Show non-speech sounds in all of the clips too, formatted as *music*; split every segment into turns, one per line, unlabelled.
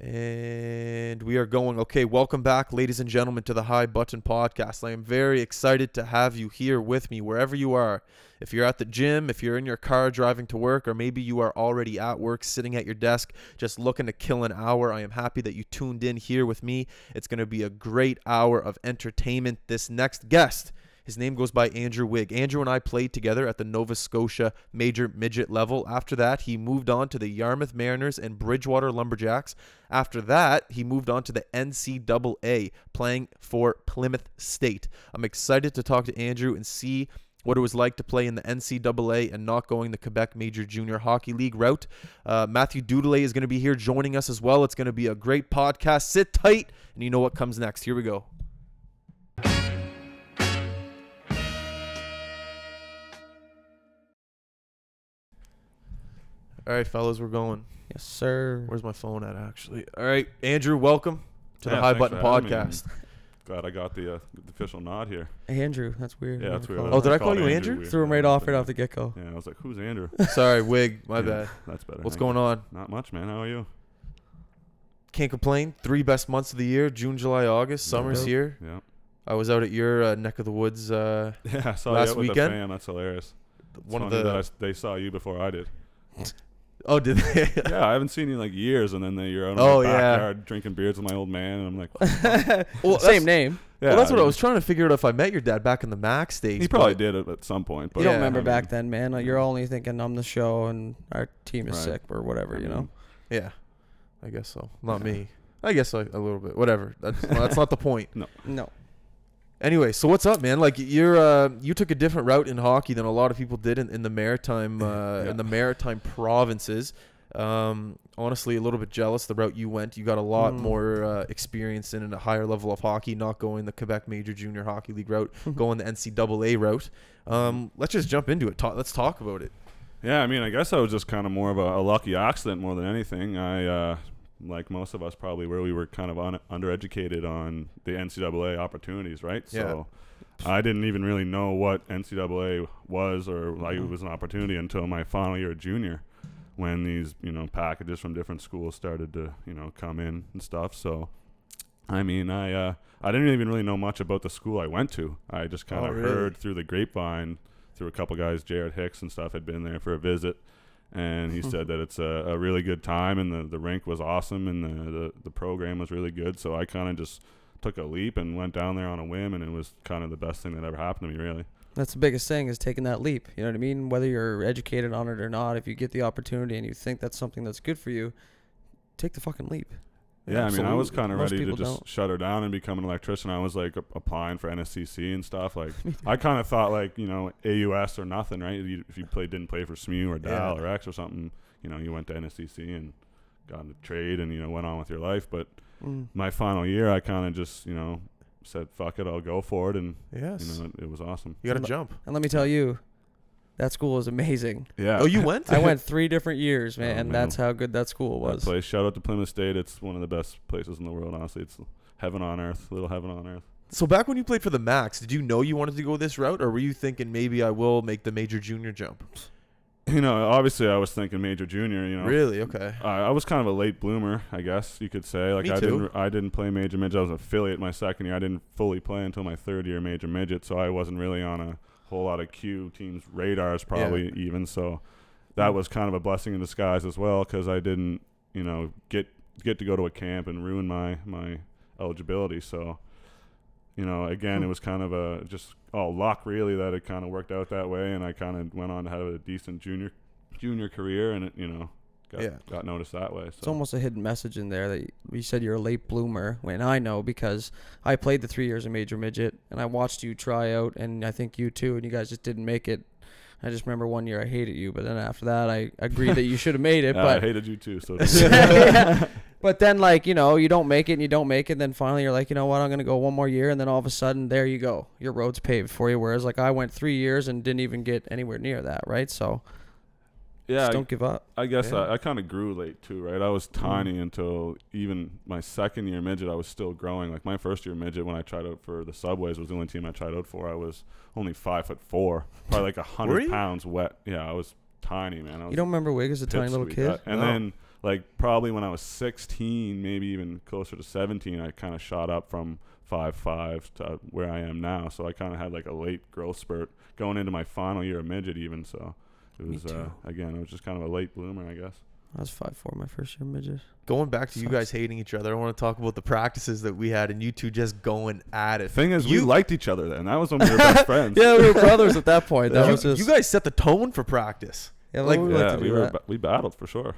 And we are going. Okay, welcome back, ladies and gentlemen, to the High Button Podcast. I am very excited to have you here with me, wherever you are. If you're at the gym, if you're in your car driving to work, or maybe you are already at work sitting at your desk just looking to kill an hour, I am happy that you tuned in here with me. It's going to be a great hour of entertainment. This next guest. His name goes by Andrew Wigg. Andrew and I played together at the Nova Scotia major midget level. After that, he moved on to the Yarmouth Mariners and Bridgewater Lumberjacks. After that, he moved on to the NCAA, playing for Plymouth State. I'm excited to talk to Andrew and see what it was like to play in the NCAA and not going the Quebec Major Junior Hockey League route. Uh, Matthew Dudelay is going to be here joining us as well. It's going to be a great podcast. Sit tight, and you know what comes next. Here we go. All right, fellas, we're going.
Yes, sir.
Where's my phone at, actually? All right, Andrew, welcome to the
Yeah,
High
thanks
Button
for having me.
Podcast. *laughs*
Glad I got the, uh, the official nod here.
Andrew, that's weird.
Yeah,
Never
that's weird.
called
Oh,
him.
did I
called
call you Andrew?
weird.
threw him
Yeah,
right
I
off right
did.
off the get go?
Yeah, I was like, "Who's Andrew?"
Sorry, Wig, my
Yeah,
bad.
That's better.
What's
I-
going on?
Not much, man. How are you?
Can't complain. Three best months of the year June, July, August. Summer's
Nope.
here.
Yeah.
I was out at your uh, neck of the woods. Uh,
*laughs* Yeah, I saw
Last
you out with
weekend?
the fan. That's hilarious. It's
one of
funny that I
the.
s- they saw you before I did.
*laughs* Oh, did they?
*laughs*
*laughs*
yeah, I haven't seen you in like years, and then they, you're out in
Oh,
my
yeah.
backyard drinking beers with my old man, and I'm like, yeah,
*laughs*
*laughs*
well, that's-
Same name.
Well, that's what I
mean,
was trying to figure out if I met your dad back in the Max days.
He probably
but-
did it at some point, but
you don't
yeah,
remember
I mean,
back then, man. Like, You're only thinking I'm the show and our team is
Right.
sick or whatever,
I
you know.
mean,
Yeah, I guess so.
*laughs*
Not me. I guess I, a little bit. Whatever. That's, that's not the point.
No.
Anyway, so what's up, man? Like you're uh, you took a different route in hockey than a lot of people did in, in the maritime
*laughs*
uh,
Yeah.
in the maritime provinces. Um, honestly, a little bit jealous the route you went. You got a lot
Mm.
more uh, experience in, in a higher level of hockey, not going the Quebec Major Junior Hockey League
*laughs*
route, going the NCAA route. Um, let's just jump into it. Ta let's talk about it.
Yeah, I mean, I guess I was just kind of more of a, a lucky accident more than anything. I, uh, like most of us, probably where we were kind of un- undereducated on the NCAA opportunities, right?
Yeah.
So I didn't even really know what NCAA was or like it was an opportunity until my final year of junior when these, you know, packages from different schools started to, you know, come in and stuff. So, I mean, I, uh, I didn't even really know much about the school I went to. I just kind
Oh,
of
really?
heard through the grapevine through a couple guys, Jared Hicks and stuff, had been there for a visit, and
*laughs*
he said that it's a, a really good time, and the, the rink was awesome, and the, the, the program was really good. So I kind of just took a leap and went down there on a whim, and it was kind of the best thing that ever happened to me, really.
That's the biggest thing is taking that leap. You know what I mean? Whether you're educated on it or not, if you get the opportunity and you think that's something that's good for you, take the fucking leap.
Yeah, I mean, I was kind of
Most
ready to
people
just
don't.
shut her down and become an electrician. I was like a- applying for NSCC and stuff. Like,
*laughs*
I kind of thought like you know AUS or nothing, right? You, if you play didn't play for SMU or Dal
Yeah.
or X or something, you know, you went to NSCC and got into trade and you know went on with your life. But
Mm.
my final year, I kind of just you know said fuck it, I'll go for it, and
Yes,
you know it, it was awesome.
you got to
Look-
jump.
And let me tell you, that school is amazing.
Yeah.
Oh, you went.
Uh, *laughs*
*laughs*
I went three different years,
Oh,
man.
man.
That's how good that school
That
was.
place. Shout out to Plymouth State. It's one of the best places in the world. Honestly, it's heaven on earth, little heaven on earth.
*laughs* So back when you played for the Max, did you know you wanted to go this route, or were you thinking maybe I will make the major junior jump?
You know, obviously, I was thinking major junior. You know,
Really? Okay.
I I was kind of a late bloomer, I guess you could say. Like
Me
I
too.
didn't, I didn't play major midget. I was an affiliate my second year. I didn't fully play until my third year major midget, so I wasn't really on a whole lot of Q teams' radars, probably even. So
Mm.
that was kind of a blessing in disguise as well, because I didn't, you know, get get to go to a camp and ruin my my eligibility. So. You know, again, it
Hmm.
was kind of a just all luck, really, that it kind of worked out that way, and I kind of went on to have a decent junior junior career, and it, you know, got,
Yeah.
got noticed that way. So
It's almost a hidden message in there that you said you're a late bloomer. When I know because I played the three years of major midget and I watched you try out, and I think you too, and you guys just didn't make it. I just remember one year I hated you, but then after that I agreed
*laughs*
that you should have made it.
Yeah, I
But
hated you too. So
*laughs* but then like you know you don't make it and you don't make it, then finally you're like you know what I'm gonna go one more year, and then all of a sudden there you go, your road's paved for you. Whereas like I went three years and didn't even get anywhere near that, right? So
yeah,
just
I,
don't give up.
I guess uh,
Yeah.
I, I kind of grew late too, right? I was tiny until even my second year midget. I was still growing. Like my first year midget, when I tried out for the Subways, was the only team I tried out for. I was only five foot four, probably like a
you?
hundred pounds wet. Yeah, I was tiny, man. I was
You don't remember Wig as a tiny little
pipsqueak.
kid? Oh.
Uh, and
No.
then like probably when I was 16, maybe even closer to 17, I kind of shot up from five five to where I am now. So I kind of had like a late growth spurt going into my final year of midget, even. So it
Me
was uh, again, it was just kind of a late bloomer, I guess.
I was five four my first year midget.
Going back to you
Sucks.
guys hating each other, I want to talk about the practices that we had and you two just going at
The
it.
thing is, we
You-
liked each other then. That was when we
*laughs*
were best friends.
Yeah, we were brothers at that point. That
you,
was just
you guys set the tone for practice.
yeah,
like-
like, we,
yeah,
like to
we
do
were
that.
ba- we battled for sure.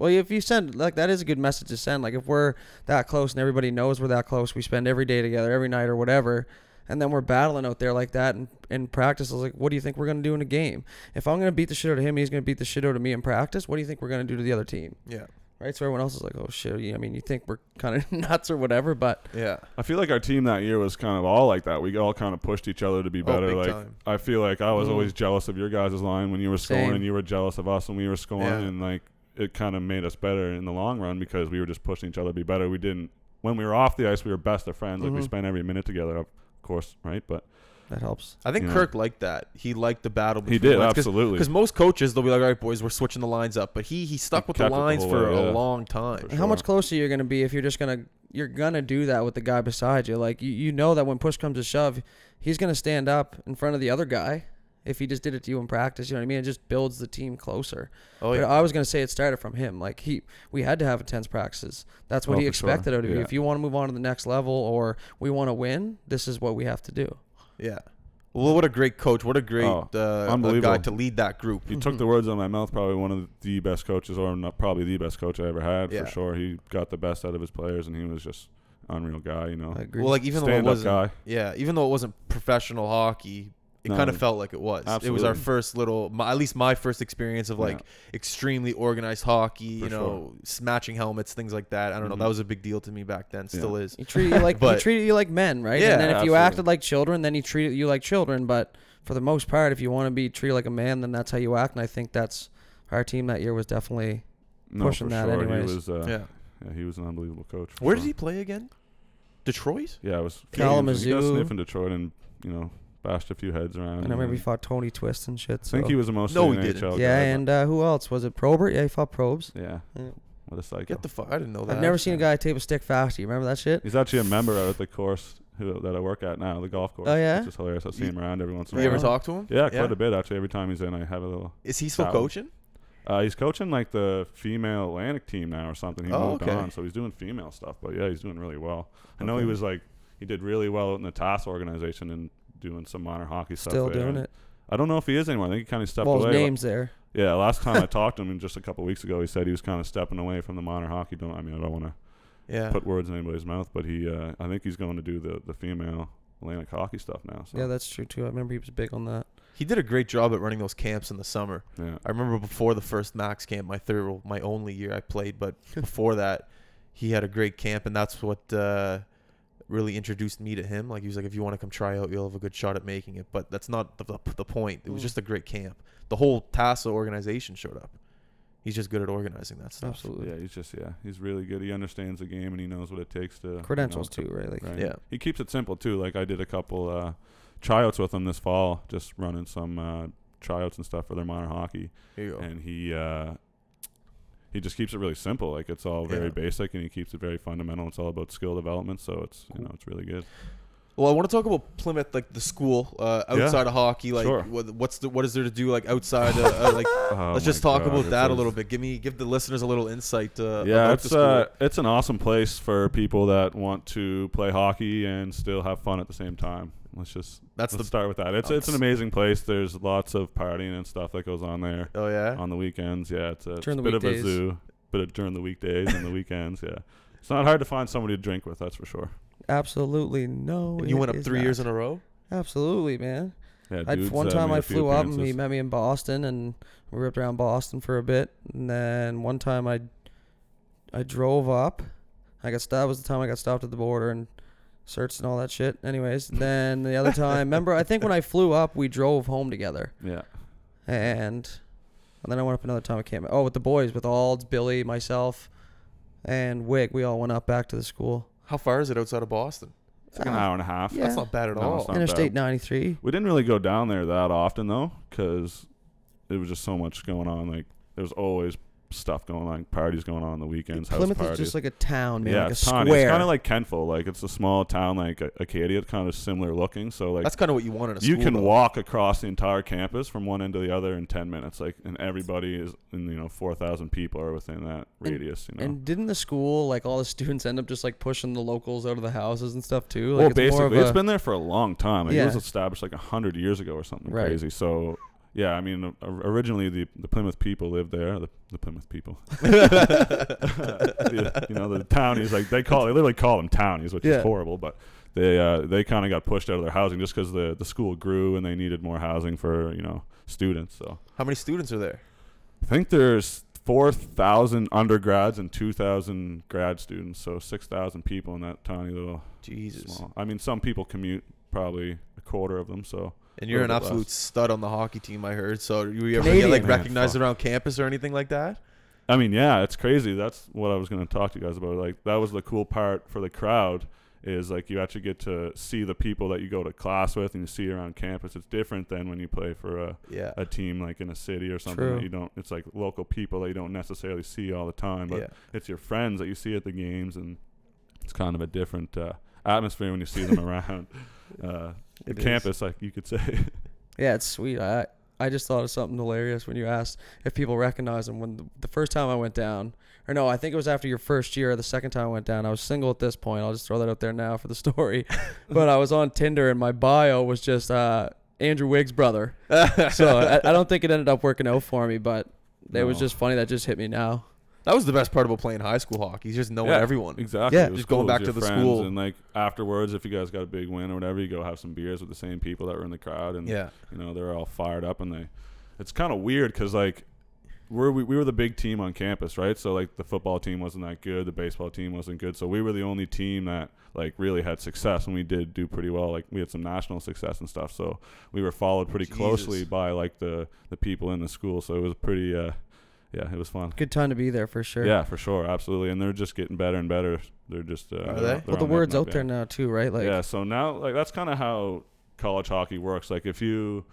Well, if you send like that is a good message to send. Like if we're that close and everybody knows we're that close, we spend every day together, every night or whatever, and then we're battling out there like that in, in practice. I was like, what do you think we're gonna do in a game? If I'm gonna beat the shit out of him, he's gonna beat the shit out of me in practice. What do you think we're gonna do to the other team?
Yeah.
Right? So everyone else is like, oh shit. you- I mean, you think we're kind of *laughs* nuts or whatever, but
Yeah.
I feel like our team that year was kind of all like that. We all kind of pushed each other to be
Oh,
better.
big
like
time.
I feel like I was
Mm.
always jealous of your guys' line when you were scoring,
Same.
and you were jealous of us when we were scoring,
Yeah.
and like it kind of made us better in the long run because we were just pushing each other to be better. We didn't when we were off the ice, we were best of friends. Like
Mhm.
Mm-hmm.
we spent every minute together, of course, right? But
that helps.
I think
Yeah.
Kirk liked that. He liked the battle.
he
between
did
lines, 'cause-
absolutely.
Because most coaches, they'll be like, all right, boys, we're switching the lines up. But he he stuck
He
with the
kept it the
lines
whole
for
way,
a
yeah.
long time.
For
How much
sure.
closer you're gonna be if you're just gonna you're gonna do that with the guy beside you? Like you, you know that when push comes to shove, he's gonna stand up in front of the other guy. If he just did it to you in practice, you know what I mean. It just builds the team closer.
Oh,
But
yeah.
I was gonna say it started from him. Like he, we had to have intense practices. That's what
Oh,
he
for sure.
expected out of you.
Yeah.
If you want to move on to the next level or we want to win, this is what we have to do.
Yeah. Well, what a great coach. What a great
Oh,
uh, a guy
unbelievable.
to lead that group.
You took the words out of my mouth. Probably one of the best coaches, or not probably the best coach I ever had
Yeah.
for sure. He got the best out of his players, and he was just unreal guy. You know,
I agree.
Well, like even though it
Stand-up
wasn't,
guy.
yeah, even though it wasn't professional hockey, it
No,
kind of felt like it was. It was our
absolutely.
first little, my, at least my first experience of like
Yeah.
extremely organized hockey.
For
you know, matching helmets, things like that. I don't
Mhm.
know. That was a big deal to me back then. Still is.
He treated you like
*laughs* But-
he treated you like men, right?
Yeah,
and then if you
absolutely.
acted like children, then he treated you like children. But for the most part, if you want to be treated like a man, then that's how you act. And I think that's our team that year was definitely
no,
pushing
for
that
sure.
anyways.
He was, uh,
Yeah.
yeah. he was an unbelievable coach. for
Where
sure.
did he play again? Detroit.
Yeah, it was He got
Kalamazoo.
sniffing Detroit and you know bashed a few heads around.
and I remember
and
he fought Tony Twist and shit.
I
So.
think he was the most
No, Mm-hmm. he
NHL
didn't.
guy,
yeah,
but-
and uh, who else was it? Probert? Yeah, he fought Probes.
yeah,
Yeah.
what a psycho.
Get the fuck! I didn't know that.
I've never seen a guy tape a stick fast. You remember that shit?
He's actually a member out at the course who, that I work at now, the golf course.
Oh, yeah?
which is hilarious. I see
You-
him around every once in
You
a
ever
while.
Wow.
talk to him?
Yeah, quite a bit actually. Every time he's in, I have a little.
Is he still
That one.
coaching?
Uh, he's coaching like the female Atlantic team now or something. He
Oh,
moved
okay.
on, so he's doing female stuff. But yeah, he's doing really well. I know
Okay.
he was like he did really well out in the TAS organization and doing some minor hockey stuff.
Still
there.
doing
And
it.
I don't know if he is anymore. I think he kind of stepped
Well, his
away.
name's there.
Yeah, last time I talked to him just a couple weeks ago, he said he was kind of stepping away from the minor hockey. Don't I mean I don't want to
Uh.
Yeah.
put words in anybody's mouth, but he uh, I think he's going to do the the female Atlantic hockey stuff now. So
Yeah, that's true too. I remember he was big on that.
He did a great job at running those camps in the summer.
yeah.
I remember before the first Max camp, my third, well, my only year I played, but before that, he had a great camp, and that's what uh, really introduced me to him. Like he was like, if you want to come try out, you'll have a good shot at making it. But that's not the, the, the point. It was
Mm.
just a great camp. The whole Tasso organization showed up. He's just good at organizing that stuff.
Absolutely.
Yeah, he's just yeah, he's really good. He understands the game and he knows what it takes to you know,
Credentials too, right? Like
Right.
Yeah.
He keeps it simple too. Like I did a couple uh, tryouts with him this fall, just running some uh, tryouts and stuff for their minor hockey.
Here you go.
and he uh, he just keeps it really simple. Like it's all very
Yeah.
basic, and he keeps it very fundamental. It's all about skill development, so it's you know it's really good.
Well, I want to talk about Plymouth, like the school uh,
Yeah.
outside of hockey. Like,
Sure.
what, what's the what is there to do like outside? Of, uh, like,
*laughs* Oh
let's
my
just talk
God,
about
it
that a
was-
little bit. Give me give the listeners a little insight. Uh,
Yeah,
about the
it's
school.
uh, it's an awesome place for people that want to play hockey and still have fun at the same time. Let's just
that's
let's
the
start with that. It's it's an
that's-
amazing place. There's lots of partying and stuff that goes on there
oh yeah.
on the weekends. Yeah, it's a, it's
During
a
the
bit of a
weekdays.
zoo, but during the weekdays and the weekends, yeah. It's not hard to find somebody to drink with, that's for sure.
*laughs* absolutely no.
And you
it
went up
is
three
not.
years in a row.
Absolutely, man.
Yeah,
I,
dudes,
one
uh,
time
made
I
a few
flew up and he
appearances.
met me in Boston and we ripped around Boston for a bit. And then one time I I drove up. I got that was the time I got stopped at the border and searched and all that shit.
*laughs*
Anyways, then the other time, remember I think when I flew up, we drove home together.
Yeah.
And and then I went up another time I came. Oh, with the boys, with Alds, Billy, myself, and Wick, we all went up back to the school.
How far is it outside of Boston?
It's like an hour and a half.
Ah, Yeah.
That's not bad at
No,
all.
it's not.
Interstate
bad.
93.
We didn't really go down there that often though, because it was just so much going on. Like there's always stuff going on, parties going on, on the weekends, house
Plymouth
parties.
is just like a town, man,
yeah,
like a
it's tiny.
square.
It's kind of like Kenville. Like it's a small town, like A- Acadia, it's kind of similar looking. So like
That's kind of what you want in a
you
school,
can
though.
walk across the entire campus from one end to the other in ten minutes. Like and everybody is, in, you know, four thousand people are within that
And-
radius. You know,
and didn't the school like all the *laughs* students end up just like pushing the locals out of the houses and stuff too? Like,
well,
it's more of
basically, it's
a-
been there for a long time. Like, It was
Yeah.
established like hundred years ago or something
Right.
crazy. So, yeah, I mean, o- originally the, the Plymouth people lived there. The, the Plymouth people, *laughs* The- you know, the townies. Like they call, they literally call them townies, which
Yeah.
is horrible. But they uh, they kind of got pushed out of their housing just because the the school grew and they needed more housing for you know students. So
*laughs* How many students are there?
I think there's. 4,000 undergrads and 2,000 grad students, so 6,000 people in that tiny little
Jesus.
small. I mean, some people commute probably a quarter of them. So
And you're an
Little bit
absolute
less.
stud on the hockey team, I heard. So you ever get
Canadian.
like
Man,
recognized
fuck.
around campus or anything like that?
I mean, yeah, it's crazy. That's what I was going to talk to you guys about. Like that was the cool part for the crowd is like you actually get to see the people that you go to class with and you see around campus. It's different than when you play for a,
Yeah.
a team like in a city or something
True.
that you don't. It's like local people that you don't necessarily see all the time, but
yeah.
it's your friends that you see at the games, and it's kind of a different uh, atmosphere when you see them
*laughs*
around uh, the
It is.
campus, like you could say. *laughs*
Yeah, it's sweet. I I just thought of something hilarious when you asked if people recognize him. When the, the first time I went down, or no, I think it was after your first year. or The second time I went down, I was single at this point. I'll just throw that out there now for the *laughs*
*laughs*
story. but I was on Tinder and my bio was just uh, Andrew Wiggs' brother.
*laughs*
*laughs*
So
uh,
I, I don't think it ended up working out for me, but it was
No.
just funny. That just hit me now.
That was the best part about playing high school hockey. He's just knowing
Yeah.
everyone.
Exactly.
Yeah.
It was
Just going
It
back
was
to
your
the
friends,
school.
And like afterwards, if you guys got a big win or whatever, you go have some beers with the same people that were in the crowd, and
Yeah.
you know they're all fired up, and they. It's kind of weird because like. We're, we, we were the big team on campus, right? So like the football team wasn't that good, the baseball team wasn't good, so we were the only team that like really had success, and we did do pretty well. Like we had some national success and stuff, so we were followed pretty
Jesus.
closely by like the the people in the school. So it was pretty, uh, yeah, it was fun.
Good time to be there for sure.
Yeah, for sure, absolutely. And they're just getting better and better. They're just uh,
Are
they're-
they?
they're
Well, the
on up
word's
and up,
out there
yeah.
now too, right? Like,
yeah. So now, like that's kind of how college hockey works. Like if you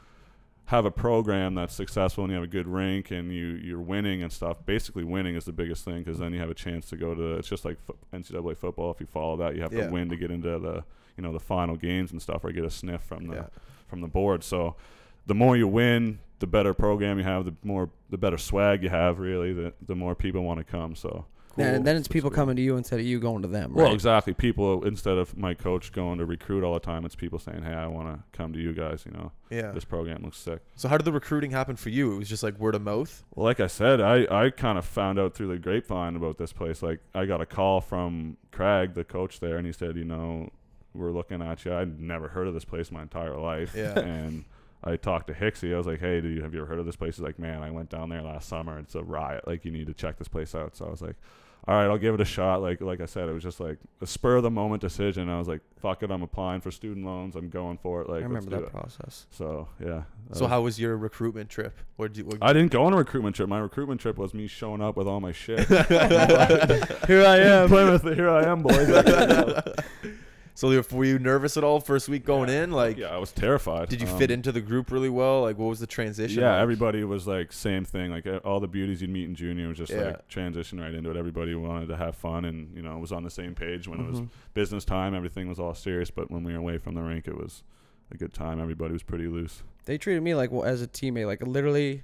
have a program that's successful and you have a good rank and you you're winning and stuff. Basically, winning is the biggest thing because then you have a chance to go to. It's just like fo- NCAA football. If you follow that, you have
Yeah.
to win to get into the you know the final games and stuff or get a sniff from the
Yeah.
from the board. So the more you win, the better program you have, the more the better swag you have. Really, the the more people want to come. So
then, then it's
That's
people
cool.
coming to you instead of you going to them. Right?
well, exactly. People instead of my coach going to recruit all the time, it's people saying, "Hey, I want to come to you guys. You know,
Yeah.
this program looks sick."
So how did the recruiting happen for you? It was just like word of mouth.
Well, like I said, I I kind of found out through the grapevine about this place. Like I got a call from Craig, the coach there, and he said, "You know, we're looking at you." I'd never heard of this place my entire life,
Yeah.
*laughs* and. I talked to Hixie. I was like, "Hey, do you have you ever heard of this place?" He's like, "Man, I went down there last summer. It's a riot. Like, you need to check this place out." So I was like, all right, I'll give it a shot. Like like I said, it was just like a spur of the moment decision. I was like, fuck it, I'm applying for student loans. I'm going for it. Like,
I remember
let's
that
do it.
process.
So yeah. that
So
was-
how was your recruitment trip? What did you? What,
Uh, I didn't go on a recruitment trip. My recruitment trip was me showing up with all
*laughs*
my shit.
Here I am.
*laughs* Plymouth, here I am, boys.
so you- were you nervous at all first week going in? *laughs* Like,
yeah, I was terrified.
did you
Um,
fit into the group really well? Like, what was the transition?
Yeah,
like?
everybody was like same thing. Like uh, all the beauties you'd meet in junior was just
Yeah.
like transition right into it. Everybody wanted to have fun and you know was on the same page when it was
Mm-hmm.
business time. Everything was all serious, but when we were away from the rink, it was a good time. Everybody was pretty loose.
They treated me like well, as a teammate, like literally,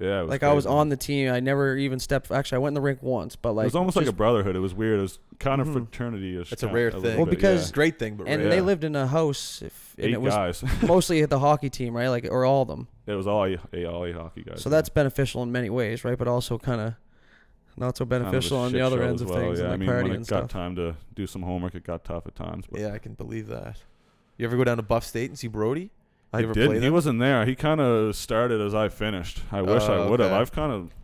Yeah, it was
like I was
crazy.
on the team. I never even stepped. Actually, I went in the rink once, but like
it was almost like a
just-
brotherhood. It was weird. It was kind of
Mhm.
fraternity.
Mm-hmm. It's a rare thing.
Well,
but
because-
it's a great thing, but
And
rare.
they
Yeah.
lived in a house, if, and
eight
it was
guys. *laughs*
mostly at the hockey team, right? Like or all of them.
it was all eight, eight, all eight hockey guys.
So that's beneficial in many ways, right? But also kind of not so
Kind of a
beneficial on
shit
the other
show
ends
as
of
well,
things,
Yeah,
and
I
like
mean,
party
when it
and
got
stuff.
time to do some homework, it got tough at times. But
yeah, I can believe that. You ever go down to Buff State and see Brody?
I
You ever play
did. He
them?
wasn't there. He kind of started as I finished. I wish
Oh,
I would have.
okay.
I've kind of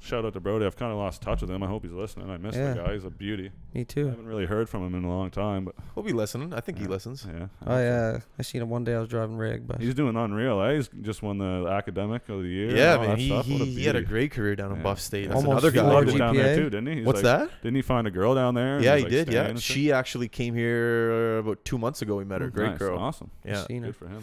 shout out to Brody. I've kind of lost touch with him. I hope he's listening. I miss
Yeah.
the guy. He's a beauty.
Me
I
too.
haven't really heard from him in a long time, but
We'll be listening. I think he
Yeah.
listens.
yeah.
I uh, I seen him one day. I was driving rig, but
He's doing unreal. Eh? He's just won the academic of the year. and
Yeah,
all
man,
that
he,
stuff. What
he, he had a
beauty.
great career down in
Yeah.
Buff State. That's
Almost
another
He
guy.
four
loved
I know.
it down there
GPA?
too, didn't he? He's
What's
like,
that?
Didn't he find a girl down there? and
Yeah,
was,
he
like,
did.
staying
Yeah,
and shit?
she actually came here about two months ago. We met her. Great
Oh, Nice,
girl.
Awesome.
Yeah,
seen her.
Good for him.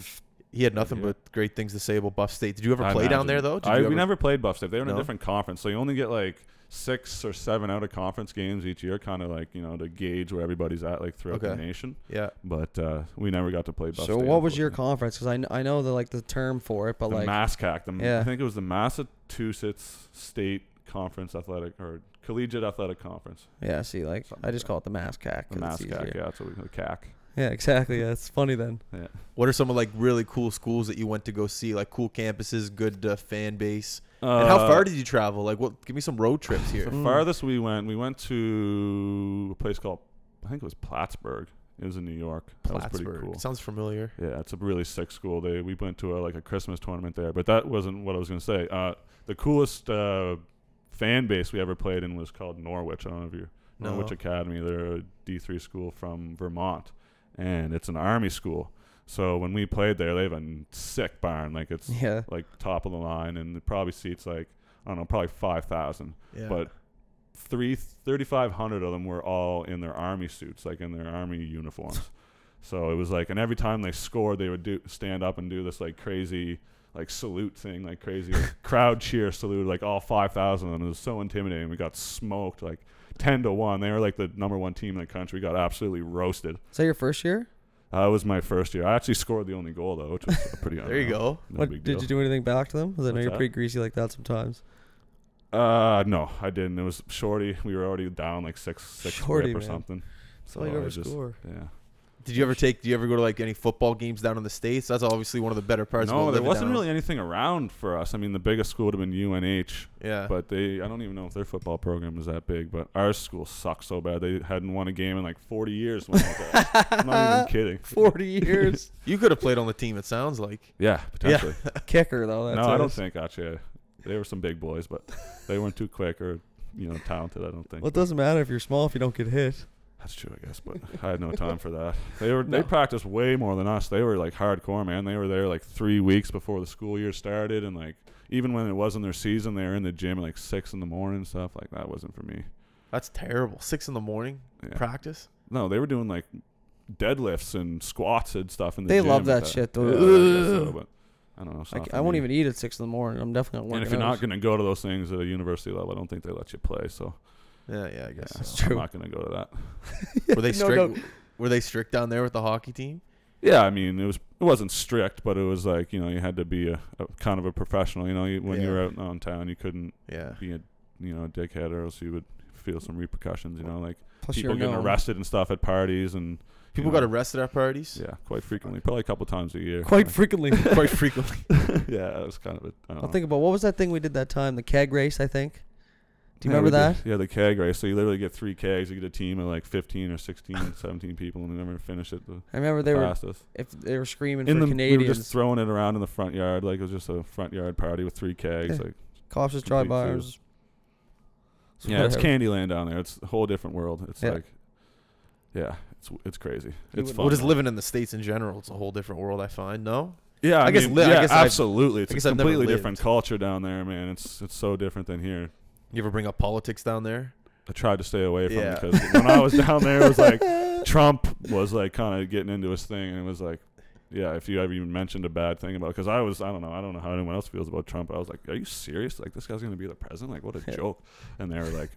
He had nothing
Yeah.
but great things to say about Buff State. Did you ever
I
play down
imagine.
there though? Did
I,
you
we
ever-
never played Buff State. They were in
No?
a different conference, so you only get like six or seven out of conference games each year, kind of like you know to gauge where everybody's at like throughout the
Okay.
nation.
Yeah.
But uh, we never got to play Buff
So
State.
what was your
unfortunately.
conference? Because I, kn- I know the like the term for it, but
the
like
MASCAC? The,
Yeah.
I think it was the Massachusetts State Conference Athletic or Collegiate Athletic Conference.
yeah, see, like
Something
I
like
just
that.
call it the MASCAC.
The
'cause it's
MASCAC,
easier.
yeah, that's what we call CAC.
yeah, exactly. Yeah, it's funny then. *laughs*
Yeah.
What are some of like really cool schools that you went to go see? Like cool campuses, good uh, fan base. and how
Uh,
far did Hmm. you travel? Like, what? Give me some road trips here.
The
Mm.
farthest we went, we went to a place called, I think it was Plattsburgh. It was in New York. That was pretty
Plattsburgh.
cool.
Sounds familiar.
Yeah, it's a really sick school. They we went to a, like a Christmas tournament there, but that wasn't what I was gonna say. Uh, the coolest uh, fan base we ever played in was called Norwich. I don't know if you
No.
Norwich Academy. They're a D three school from Vermont, and it's an army school. So when we played there, they have a n- sick barn.
*laughs*
Like it's
Yeah,
like top of the line, and it probably seats like I don't know, probably five thousand
Yeah.
but three 3500 of them were all in their army suits like in their army
*laughs*
uniforms so it was like and every time they scored they would do stand up and do this like crazy like salute thing like crazy
*laughs*
crowd cheer salute like all 5000 of them it was so intimidating we got smoked like 10 to 1 they were like the number one team in the country got absolutely roasted
is that your first year?
that was my first year i actually scored the only goal though which was
*laughs*
pretty
there you
unreal.
go.
No
what
big
did
deal.
you do anything back to them? Because I know
What's
you're
that?
pretty greasy like that sometimes.
Uh, no, I didn't. It was shorty. We were already down like six, six whip
Shorty,
or
man.
something.
That's
So
all you
I
ever
just- *laughs*
score.
Yeah.
Did you ever take? Do you ever go to like any football games down in the states? That's obviously one of the better parts.
no,
about
there
living
wasn't
down-
really anything around for us. I mean, the biggest school would have been UNH,
Yeah.
but they, I don't even know if their football program was that big, but our school sucked so bad. They hadn't won a game in like 40 years. When I was there. I'm
*laughs* Uh,
not even kidding.
Forty
*laughs*
years
you could have played on the team. It sounds like.
Yeah, potentially.
kicker though. That's
no, I
*laughs*
don't
us.
think actually. They were some big boys, but they weren't too quick or, you know, talented, I don't think.
Well, it doesn't matter if you're small if you don't get hit.
That's true, I guess, but I had no time for that. They were they
No.
practiced way more than us. They were like hardcore, man. They were there like three weeks before the school year started, and like even when it wasn't their season, they were in the gym at like six in the morning and stuff. Like that wasn't for me.
That's terrible. Six in the morning
Yeah.
practice.
no, they were doing like deadlifts and squats and stuff in the
They
gym.
love
but
that shit, though.
Yeah, I,
*laughs*
guess so,
Ugh.
but I don't know. it's
I,
not
c-
for
I won't
me.
even eat at six in the morning. I'm definitely not
And if you're not gonna go to those things at a university level, I don't think they let you play. So
Yeah, yeah, I guess.
yeah,
That's
I'm
true.
not gonna go to that.
Were *laughs* they
No
strict? Were they strict down there with the hockey team?
Yeah, I mean, it was it wasn't strict, but it was like you know you had to be a, a kind of a professional. You know, you, when you
Yeah.
were out on town, you couldn't
Yeah.
be a you know a dickhead, or else you would feel some repercussions. You know, like
Plus
people
you're
getting
*laughs* known.
arrested and stuff at parties, and
People
know.
got arrested at parties.
yeah, quite frequently, probably a couple times a year. *laughs*
quite frequently.
Quite frequently.
yeah, it was kind of a. I don't
I'll
know.
think about what was that thing we did that time? The keg race, I think. Do you
Yeah,
remember
we
that?
did- yeah, the keg race. So you literally get three kegs. You get a team of like 15
*laughs*
or 16, 17 people, and they never finish it the
I remember they were
fastest.
if they were screaming
Uh, In
for
the we were
Canadians.
just throwing it around in the front yard, like it was just a front yard party with three kegs.
Yeah.
Like
Cops just drive
complete
by.
zero.
and just-
Yeah, it's
whatever.
Candyland down there. It's a whole different world. It's
Yeah.
like, yeah, it's it's crazy.
You
It's
wouldn't-
fun.
Well, just living in the states in general, it's a whole different world. I find. No.
yeah, I,
I guess
mean,
li- I
yeah,
guess I've-
absolutely.
I guess
It's a
I've never
completely
lived.
different culture down there, man. It's it's so different than here.
You ever bring up politics down there?
I tried to stay away from
Yeah.
it because when I was down there, it
*laughs*
was like *laughs* Trump was like kind of getting into his thing, and it was like. Yeah, if you ever even mentioned a bad thing about, because I was, I don't know, I don't know how anyone else feels about Trump. I was like, are you serious? Like this guy's gonna be the president?
*laughs*
Like what a
Yeah.
joke! And they were like,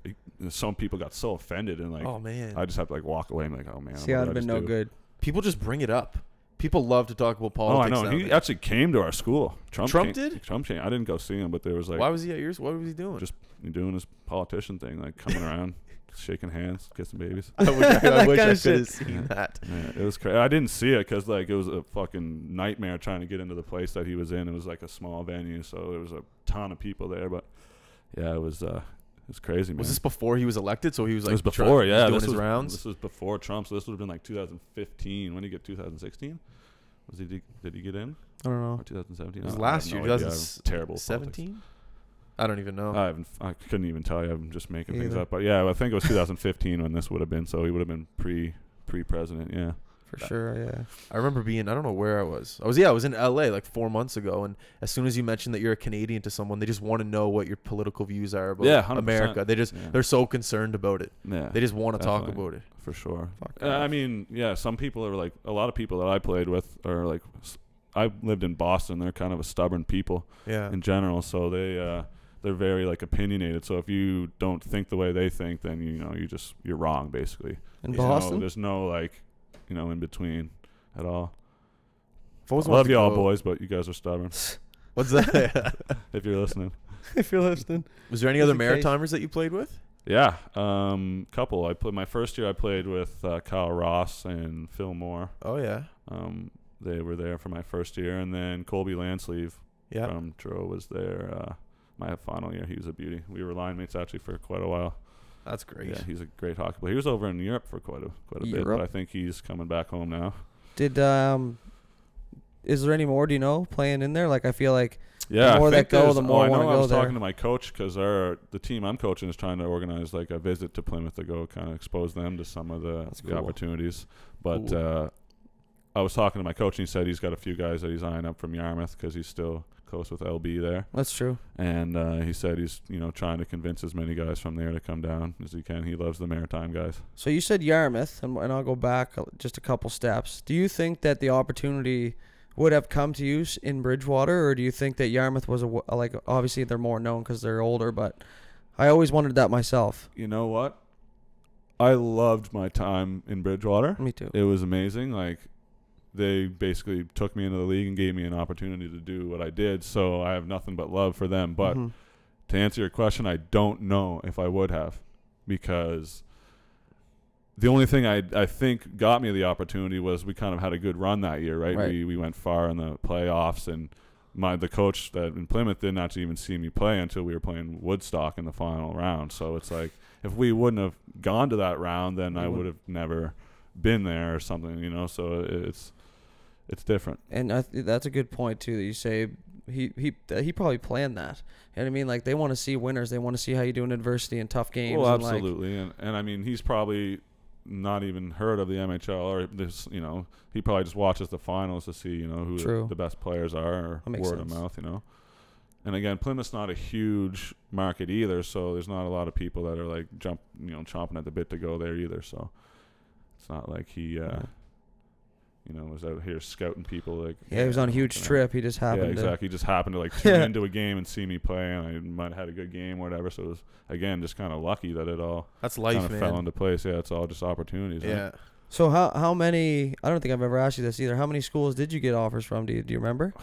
some people got so offended, and like,
oh man.
I just have to like walk away and be like, oh man,
See, I'd
what did I
have been
just
no
do?
good.
People just bring it up. People love to talk about
Oh, I
politics.
know.
down
He
there.
actually came to our school. Trump.
Trump
came-
did?
Trump came. I didn't go see him, but there was like
Why was he at yours? What was he doing?
Just- doing his politician thing, like coming around, *laughs* shaking hands, kissing babies.
*laughs* *laughs* I wish
*laughs*
I,
That
wish I
kinda
could have
shit.
seen that.
Yeah, it was crazy. I didn't see it because like it was a fucking nightmare trying to get into the place that he was in. It was like a small venue, so there was a ton of people there. But yeah, it was uh, it was crazy, man.
Was this before he was elected? So he was like
it was
tr-
before, yeah.
doing
this
his
was,
rounds.
This was before Trump, so this would have been like 2015. When did he get 2016? Was he did he get in?
I don't know.
Or 2017?
It was
Oh, I have
last year,
no idea.
2017?
Terrible. at politics. Uh,
Seventeen. I don't even know.
I haven't. I couldn't even tell you. I'm just making things
Either.
up. But yeah, I think it was 2015 when this would have been. So he would have been pre pre president. Yeah.
For sure, yeah.
I remember being I don't know where I was. I was yeah, I was in LA like 4 months ago and as soon as you mention that you're a Canadian to someone, they just want to know what your political views are about
Yeah, 100%.
America. They just
Yeah.
they're so concerned about it.
Yeah.
They just want to talk
Definitely.
about it.
for sure.
Fuck
Uh, I
off.
mean, yeah. Some people are like a lot of people that I played with are like. s- I lived in Boston. They're kind of a stubborn people
Yeah.
in general, so they uh, they're very like opinionated. So if you don't think the way they think, then you know you just you're wrong basically.
in
You
There's no-
Boston.
there's no like you know in between at all.
I've always
I
wanted
love
to
you all,
go-
boys, but you guys are stubborn.
What's
*laughs*
that?
if you're listening,
*laughs* if you're listening,
Was there any
Just
other
in case.
Maritimers that you played with?
yeah, um, couple. I played my first year. I played with uh, Kyle Ross and Phil Moore.
Oh yeah,
Um, they were there for my first year, and then Colby Landsleeve
yeah.
from Truro was there. Uh, my final year, he was a beauty. We were line mates actually for quite a while.
That's great.
Yeah, he's a great hockey player. He was over in Europe for quite a quite a bit,
Europe?
but I think he's coming back home now.
did um, is there any more? Do you know playing in there? Like I feel like
Yeah, I
more that
think
go,
there's-
the more
oh, I know
wanna
I
go
was
there.
talking to my coach because our the team I'm coaching is trying to organize like a visit to Plymouth to go kind of expose them to some of the,
That's
the
cool.
opportunities. But
Cool.
uh, I was talking to my coach and he said he's got a few guys that he's eyeing up from Yarmouth because he's still close with LB there,
that's true.
and uh, he said he's you know trying to convince as many guys from there to come down as he can. He loves the maritime guys.
So you said Yarmouth, and, and I'll go back a- just a couple steps. Do you think that the opportunity would have come to you s- in Bridgewater, or do you think that Yarmouth was a w like obviously they're more known because they're older, but I always wondered that myself.
You know what? I loved my time in Bridgewater.
Me too.
it was amazing. Like they basically took me into the league and gave me an opportunity to do what I did. So I have nothing but love for them. But
Mhm.
to answer your question, I don't know if I would have because the only thing I I think got me the opportunity was we kind of had a good run that year, right?
Right.
We we went far in the playoffs and my the coach that in Plymouth didn't actually even see me play until we were playing Woodstock in the final round. So it's like if we wouldn't have gone to that round, then
You
I
wouldn't.
would have never been there or something, you know. So it- it's it's different.
and I th- that's a good point too that you say he he th- he probably planned that. And I mean, like they want to see winners. They want to see how you do in adversity and tough games.
Well,
and, like-
Oh, absolutely, and and I mean he's probably not even heard of the MHL or this, you know, he probably just watches the finals to see you know who the-
True.
the best players are, or
That
word
makes
of
sense.
mouth, you know. And again, Plymouth's not a huge market either, so there's not a lot of people that are like jump, you know, chomping at the bit to go there either. So it's not like he, uh,
Yeah.
you know, was out here scouting people. Like
yeah, he was on a huge
you know.
trip. He just happened
Yeah,
to.
exactly. He just happened to
*laughs*
like tune
Yeah.
into a game and see me play, and I might have had a good game or whatever. So it was again just kind of lucky that it all
That's life,
kind of
man.
fell into place. Yeah, it's all just opportunities. right?
yeah.
So how how many? I don't think I've ever asked you this either. How many schools did you get offers from? Do you do you remember?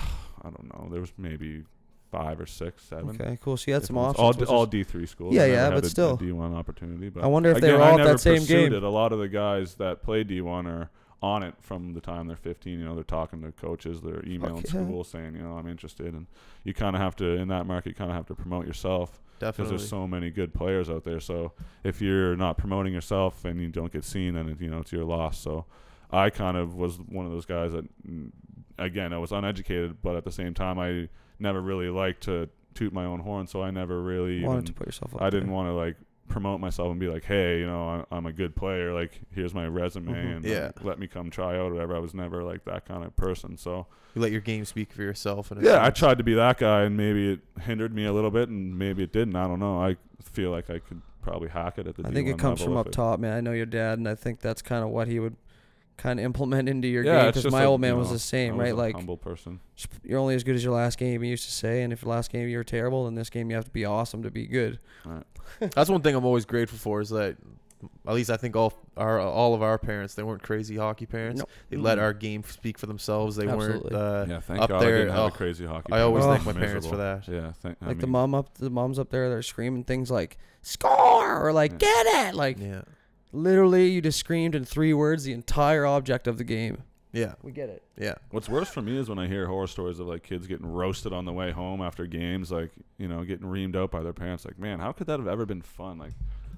I don't know. There was maybe five or six, seven.
Okay, cool. So you had some options.
different ones. All,
which
D-
is-
all D three schools.
Yeah,
I never
yeah,
had
but
a- a
still.
D one opportunity. But
I wonder if they
again,
were
I
all at
never
that same
pursued
game.
It. A lot of the guys that play D one are on it from the time they're 15 you know they're talking to coaches they're emailing
yeah.
school saying you know i'm interested and you kind of have to in that market you kind of have to promote yourself because
Definitely.
there's so many good players out there. So if you're not promoting yourself and you don't get seen, then it, you know it's your loss. So I kind of was one of those guys that, mm, again, I was uneducated, but at the same time, I never really liked to toot my own horn. So I never really, even,
wanted to put yourself. Up
I didn't
there.
want to like promote myself and be like, hey, you know, I, I'm a good player. Like here's my resume
Mhm.
and
Yeah.
like, let me come try out or whatever. I was never like that kind of person. So
you let your game speak for yourself, and it's
yeah, I
not-
tried to be that guy, and maybe it hindered me a little bit, and maybe it didn't. I don't know. I feel like I could probably hack it at the.
I think
D1
it comes from
level if
up
it-
top, man. I know your dad, and I think that's kind of what he would kind of implement into your
Yeah,
game
it's
because
just
my
a-
old man
you
was
know,
the same,
I was
right?
a
Like
humble person.
just- you're only as good as your last game. He used to say, and if your last game you were terrible, then this game you have to be awesome to be good. *laughs*
That's one thing I'm always grateful for is that, at least I think all our all of our parents they weren't crazy hockey parents.
Nope.
They let
Mm.
our game speak for themselves. They weren't.
Absolutely.
Uh,
yeah, Oh. thank
up
God
there,
I didn't have
oh,
a crazy hockey.
I always
career.
thank my parents for that.
Yeah, thank.
Like
I
the
mean,
mom up, the moms up there, they're screaming things like "score" or like
Yeah.
"get it." Like
yeah,
literally, you just screamed in three words the entire object of the game.
yeah,
We get it.
yeah.
What's worse for me is when I hear horror stories of like kids getting roasted on the way home after games, like you know, getting reamed out by their parents. Like, man, how could that have ever been fun? Like,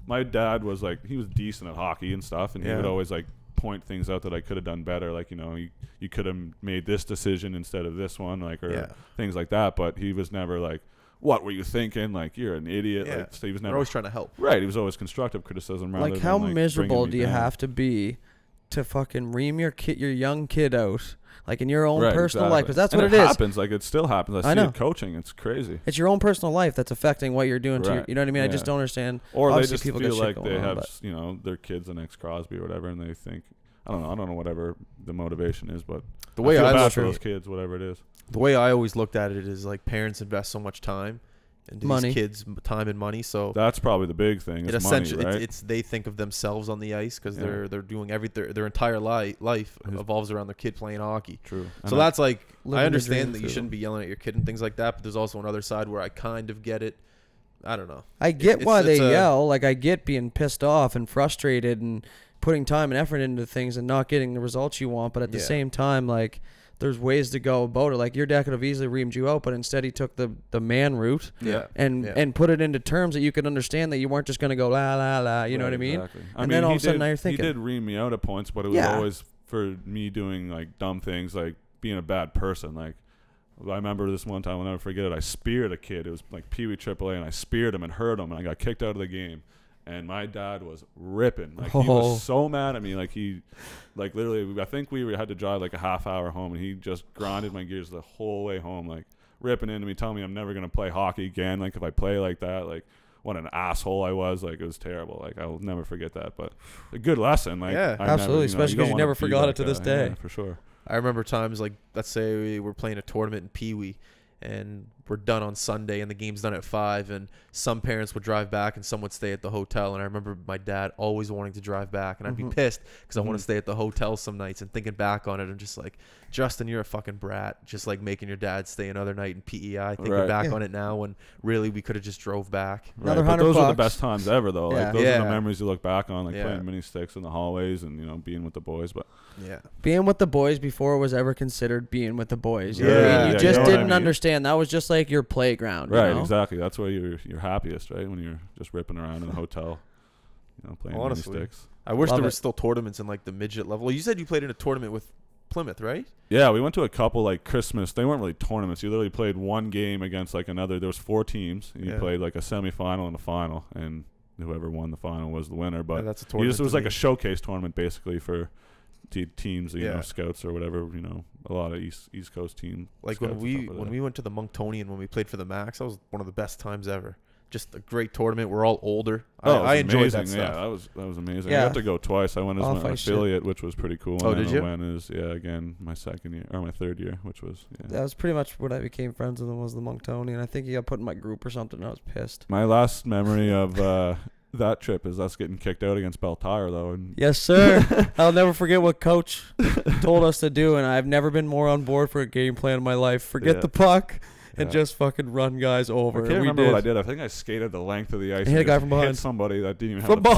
my dad was like, he was decent at hockey and stuff, and he
Yeah.
would always like point things out that I could have done better. Like, you know, you, you could have made this decision instead of this one, like or
Yeah.
things like that. But he was never like, what were you thinking? Like, you're an idiot.
Yeah.
Like, so he was
They're
never
always trying to help.
right. He was always constructive criticism. Rather
like
than,
how
bringing
miserable
me
do you
down.
have to be to fucking ream your kid, your young kid out, like in your own
Right,
personal life?
exactly.
Because that's
And
what
it
it is.
happens. Like it still happens. I,
I
see
know.
it coaching. It's crazy.
It's your own personal life that's affecting what you're doing to your,
Right,
you know what I mean? I just
yeah.
don't understand.
or
Obviously,
they just
people got
feel
shit
like
going
they
on,
have
but-
s- you know their kids the next Crosby or whatever, and they think I don't know. I don't know whatever the motivation is, but
The way
I, feel
I
bad
look
for
at
those
it,
kids, whatever it is.
the way I always looked at it is like parents invest so much time into
Money.
these kids m- time and money, so
That's probably the big thing.
it
Is money,
essentially
right?
it's, it's they think of themselves on the ice because
Yeah.
they're they're doing every their, their entire li- life
His-
evolves around their kid playing hockey.
True.
So
And I-
that's like
Living the
I
dream
understand that you
through
shouldn't be
them.
yelling at your kid and things like that, but there's also another side where I kind of get it. I don't know.
I get
it's-
why
it's
they
a-
yell. Like I get being pissed off and frustrated and putting time and effort into things and not getting the results you want. But at the
Yeah.
same time, like there's ways to go about it. Like your dad could have easily reamed you out, but instead he took the the man route
Yeah.
and
Yeah.
and put it into terms that you could understand that you weren't just gonna go la la la. You know
Right,
what I mean?
Exactly. I
And
mean,
then all
he
of a sudden
did,
now you're thinking-
he did ream me out at points, but it was
Yeah.
always for me doing like dumb things, like being a bad person. Like I remember this one time, I'll never forget it. I speared a kid. It was like Pee Wee AAA, and I speared him and hurt him, and I got kicked out of the game. And my dad was ripping. Like he
Oh.
was so mad at me. Like he, like literally, I think we had to drive like a half hour home, and he just grinded my gears the whole way home. Like ripping into me, telling me I'm never gonna play hockey again. Like if I play like that, like what an asshole I was. Like it was terrible. Like I'll never forget that. But a good lesson. Like
Yeah.
I never,
Absolutely,
you know,
especially 'cause
don't
you
wanna
never
be
forgot
that
it to this
guy.
day.
Yeah, for sure.
I remember times like let's say we were playing a tournament in Pee Wee and we're done on Sunday and the game's done at five and some parents would drive back and some would stay at the hotel and I remember my dad always wanting to drive back and I'd
Mhm.
be pissed because I want
Mhm.
to stay at the hotel some nights and thinking back on it I'm just like Justin you're a fucking brat just like making your dad stay another night in PEI thinking
Right.
back
Yeah.
on it now when really we could have just drove back
Another
But
100
those were the
bucks.
best times ever, though.
Yeah.
Like those are
Yeah.
the memories you look back on, like
Yeah.
playing mini sticks in the hallways and you know being with the boys. But
yeah
being with the boys before it was ever considered being with the boys. You know what I
Yeah.
mean?
Yeah,
you
you
just
know what I
didn't
mean.
understand. That was just like your playground. you
right,
know?
exactly. That's where you're you're happiest, right? When you're just ripping around in the hotel, you know, playing
Honestly.
mini sticks.
I wish
Love
there were
it.
still tournaments in like the midget level you said you played in a tournament with Plymouth right
Yeah, we went to a couple like Christmas. They weren't really tournaments. You literally played one game against like another. There was four teams. And you
Yeah.
played like a semifinal and a final, and whoever won the final was the winner. But
Yeah, that's a
you
tournament
just, it was
to
like
me.
a showcase tournament basically for te- teams, you
Yeah.
know, scouts or whatever. You know, a lot of East East Coast team.
Like when
scouts and
we
stuff like
when
that.
we went to the Monctonian when we played for the Max, that was one of the best times ever. Just a great tournament. We're all older.
Oh, it was
I, I enjoyed that
amazing. Yeah,
stuff.
that was that was amazing.
Yeah.
I got to go twice. I went as
Off
an
ice shit.
affiliate, which was pretty cool.
Oh,
and
did
then
you?
I went as yeah again my second year or my third year, which was yeah.
That was pretty much what I became friends with him was the Monktonian. I think he got put in my group or something. I was pissed.
My last memory of uh, that trip is us getting kicked out against Beltire, though. And
Yes,
*laughs*
sir. I'll never forget what coach told us to do, and I've never been more on board for a game plan in my life. Forget
Yeah.
the puck and
Yeah.
just fucking run guys
I
over.
can't
And we
remember
did.
what I did. I think I skated the length of the
hit
ice. and
a guy
just
from behind.
somebody that didn't even
From
have the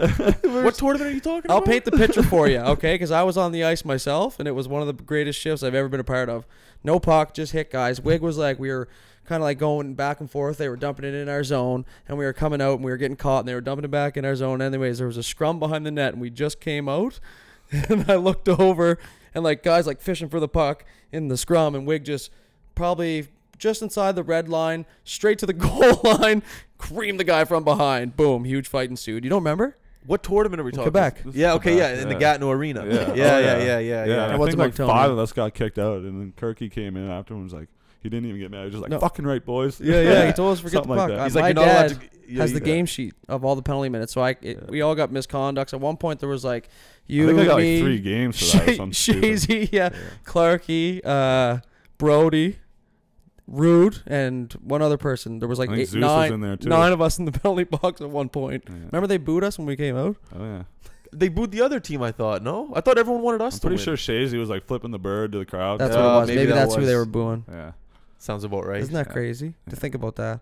puck.
behind.
what tournament are you talking
I'll
about?
paint the picture for you, okay? Because I was on the ice myself, and it was one of the greatest shifts I've ever been a part of. No puck, just hit guys. Wig was like we were kind of like going back and forth. They were dumping it in our zone, and we were coming out, and we were getting caught, and they were dumping it back in our zone. Anyways, there was a scrum behind the net, and we just came out, *laughs* and I looked over, and like guys like fishing for the puck in the scrum, and Wig just probably just inside the red line, straight to the *laughs* goal line, creamed the guy from behind. Boom, huge fight ensued. You don't remember?
what tournament are we
In
talking
Quebec.
about?
*laughs* This is
Yeah, okay,
Quebec,
yeah, in the
yeah.
Gatineau Arena. Yeah,
Yeah.
yeah,
Oh,
yeah, yeah,
yeah.
yeah.
and
I
I
went
think
to
like
Moncton.
five of us got kicked out, and then Kirky came in after and was like, he didn't even get mad. He was just like,
No.
"Fucking right, boys."
Yeah,
*laughs*
yeah. He told us forget
Something
the
like
puck.
that.
I-
He's
my
like, you're not
dad
allowed to. yeah,
has
you-
the game sheet of all the penalty minutes. So I, it,
Yeah.
we all got misconducts. At one point, there was like you,
I think I got
me,
like three
*laughs*
games for that. or something stupid.
Shazy, *laughs* yeah,
Yeah.
Clarkey, uh, Brody, Rude, and one other person. There was like
I think
eight,
Zeus was
nine,
in there too.
nine of us in the *laughs* penalty box at one point.
Yeah.
Remember they booed us when we came out?
Oh yeah.
They booed the other team. I thought no. I thought everyone wanted us
I'm
to
pretty
win.
sure Shazy was like flipping the bird to the crowd.
That's
Yeah,
what it was. Maybe,
Uh, maybe that
that's who they were
was-
booing.
Yeah.
Sounds about right.
Isn't that
Yeah.
crazy to
Yeah.
think about that?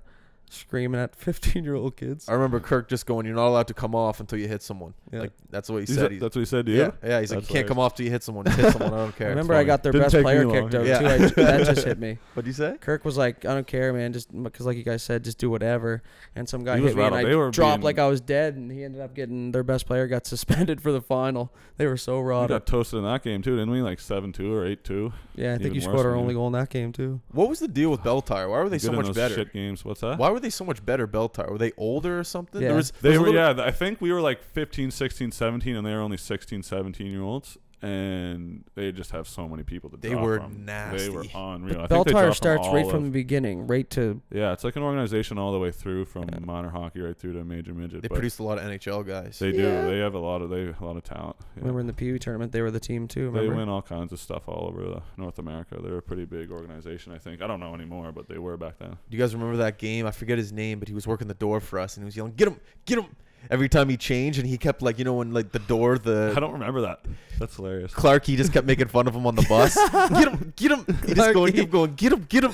Screaming at *laughs* 15 year old kids.
I remember Kirk just going, "You're not allowed to come off until you hit someone."
Yeah.
Like that's what he
He's-
said. He's-
that's what he said to you.
yeah, yeah. He's like,
That's
"You can't
hilarious.
come off till you hit someone. Just Hit someone. I
*laughs*
don't care."
I remember I
funny.
got their
Didn't
best
take me
player
long.
kicked out
Yeah.
too. I, that
*laughs*
just hit me.
What'd you say?
Kirk was like, I don't care, man, just because, like you guys said, just do whatever. And some guy
He
hit
was
me, and
rattled.
I
They were
dropped
being-
like I was dead, and he ended up getting their best player got *laughs* suspended for the final. They were so
We
wrought
got
up.
toasted in that game too, didn't we? Like seven two or eight two.
Yeah, I think
even
you
worse
scored our
than
only
you.
goal in that game too.
What was the deal with Beltire? Why were they so much better?
Shit games. What's that?
Why were they so much better, Beltar? Were they older or something?
Yeah.
There was,
They
there
were
was a little-
yeah. th- I think we were like 15, 16, 17, and they were only 16, 17 year olds. and they just have so many people to
They
draw
were
from. They
nasty.
were unreal. I think they draw
Beltire starts
all
right from
of-
the beginning, right to
yeah. It's like an organization all the way through from
Yeah.
minor hockey right through to major midget.
They
but
produced a lot of NHL guys.
They
Yeah.
do. They have a lot of they a lot of talent. Yeah.
when we were in the PU tournament. They were the team too.
they
Remember?
win all kinds of stuff all over the North America. They're a pretty big organization, I think. I don't know anymore, but they were back then.
Do you guys remember that game? I forget his name, but he was working the door for us, and he was yelling, "Get him! Get him!" Every time he changed, and he kept like you know when like the door
*laughs* I
the
don't remember that. That's hilarious.
Clark he just kept making fun of him on
*laughs*
the bus. get him! Get him! He just going, kept going, get him! Get him!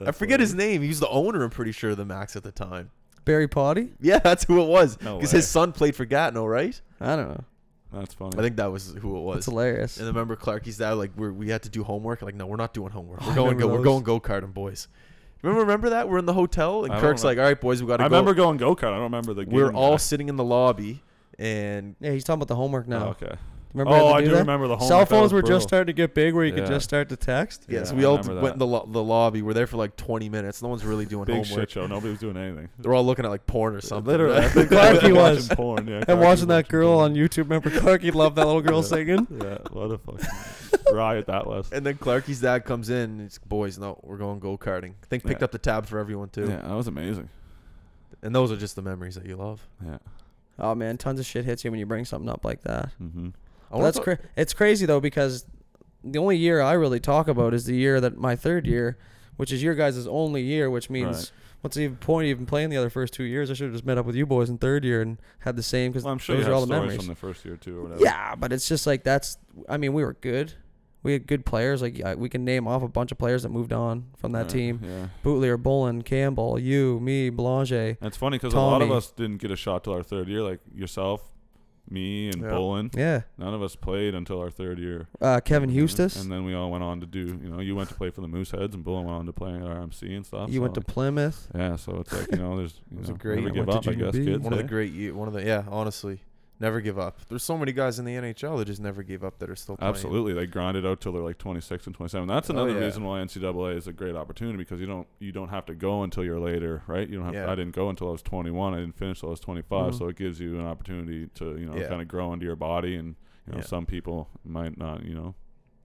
I
That's
forget
hilarious.
his name. He was the owner, I'm pretty sure, of the Max at the time.
Barry Potty.
Yeah, that's who it was.
No
Because
way.
his son played for Gatineau, right?
I don't know.
That's funny.
I think that was who it
It's
was. And
hilarious.
I remember Clarky's dad, like we're, we had to do homework. Like, no, we're not doing
*laughs*
homework.
Oh,
We're
I
going go,
remember
we're going go karting, boys. Remember, remember that we're in the hotel and
I don't
Kirk's like, all right, boys, we got
I
to go.
remember going go kart. I don't remember the.
we're
game
all
guy.
sitting in the lobby, and
Yeah, he's talking about the homework
Oh,
now.
okay.
Remember
oh,
how
I
they
do
that?
remember the home.
Cell phones were just starting to get big, where you
Yeah.
could just start to text.
yeah,
Yeah,
so
I
we all
remember
went
that.
in the, lo- the lobby. We're there for like 20 minutes. No one's really doing
big
homework.
shit show. Nobody was doing anything. *laughs*
They're all looking at like porn or something. *laughs*
Literally, *laughs* I
right?
*laughs*
think
Clarky
they were
was.
watching porn. Yeah,
And
Clarky
watching that
watching
girl
porn.
on YouTube, remember Clark? He loved that little girl singing.
*laughs* Yeah, what
*laughs*
a fucking riot that was.
And then Clarky's dad comes in and it's boys, no, we're going go karting. I think picked
Yeah.
up the tab for everyone too.
Yeah, that was amazing.
And those are just the memories that you love.
Yeah.
Oh man, tons of shit hits you when you bring something up like that.
Mm-hmm.
I
Well,
wanna
that's
go-
cra- it's crazy though because the only year I really talk about is the year that my third year, which is your guys' only year, which means
Right.
what's the even point of even playing the other first two years? I should have just met up with you boys in third year and had the same because
Well, I'm sure
those
you
are
have
all the
stories
memories.
from the first year too, or whatever.
Yeah, but it's just like that's. I mean, we were good. We had good players. Like I- we can name off a bunch of players that moved on from that
Yeah,
team:
Yeah.
Bootlier, Bolin, Campbell, you, me, Blanche.
That's funny because a lot of
Tommy.
us didn't get a shot till our third year. Like yourself, me, and
Yeah.
Bolin.
Yeah,
None of us played until our third year.
uh, Kevin
And then-
Hustis.
Mm-hmm. And then we all went on to do. You know, you went to play for the Mooseheads, and Bolin went on to play at RMC and stuff.
You
so
went to
like-
Plymouth.
Yeah, so it's like you know, there's
*laughs*
you
It was a
know,
great-
never
I
give
went to
up, I guess,
GUB.
kids.
one of the
eh?
great you one of the yeah, honestly. Never give up. There's so many guys in the NHL that just never gave up that are still playing.
Absolutely, they grind it out till they're like 26 and 27. That's
Oh,
another
yeah.
reason why NCAA is a great opportunity because you don't you don't have to go until you're later, right? You don't have.
Yeah.
To, I didn't go until I was 21. I didn't finish till I was 25.
Mhm.
So it gives you an opportunity to you know
Yeah.
kind of grow into your body, and you know
Yeah.
some people might not you know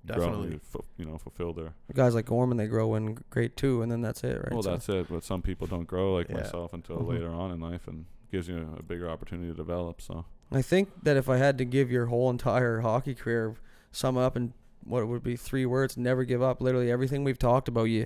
Definitely.
grow, fu- you know fulfill their.
Guys like Gorman, they grow in grade two, and then that's it, right?
well,
So-
that's it. But some people don't grow like
Yeah.
myself until
Mhm.
later on in life, and gives you a, bigger opportunity to develop. So
I think that if I had to give your whole entire hockey career, sum up in what would be three words, never give up. Literally everything we've talked about, you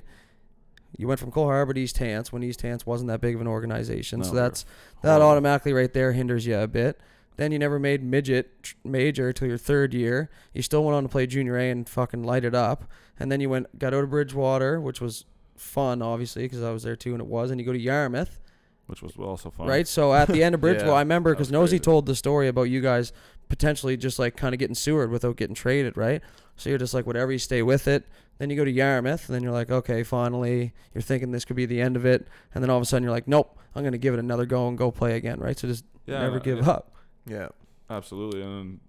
you went from Cole Harbor to East Hants when East Hants wasn't that big of an organization.
No,
so
we were
that's that
horrible.
automatically right there hinders you a bit. Then you never made midget tr- major till your third year. You still went on to play junior A and fucking light it up. And then you went got out of Bridgewater, which was fun obviously because I was there too and it was. And you go to Yarmouth,
which was also fun,
Right. So at the
*laughs*
end of Bridgewater,
Yeah,
I remember
that
because
was
Nosy
crazy.
told the story about you guys potentially just like kind of getting sewered without getting traded, right? So you're just like, whatever, you stay with it. Then you go to Yarmouth, and then you're like, okay, finally, you're thinking this could be the end of it. And then all of a sudden, you're like, nope, I'm going to give it another go and go play again, right? So just
Yeah,
never
and I-
give
and-
up.
Yeah.
Absolutely, and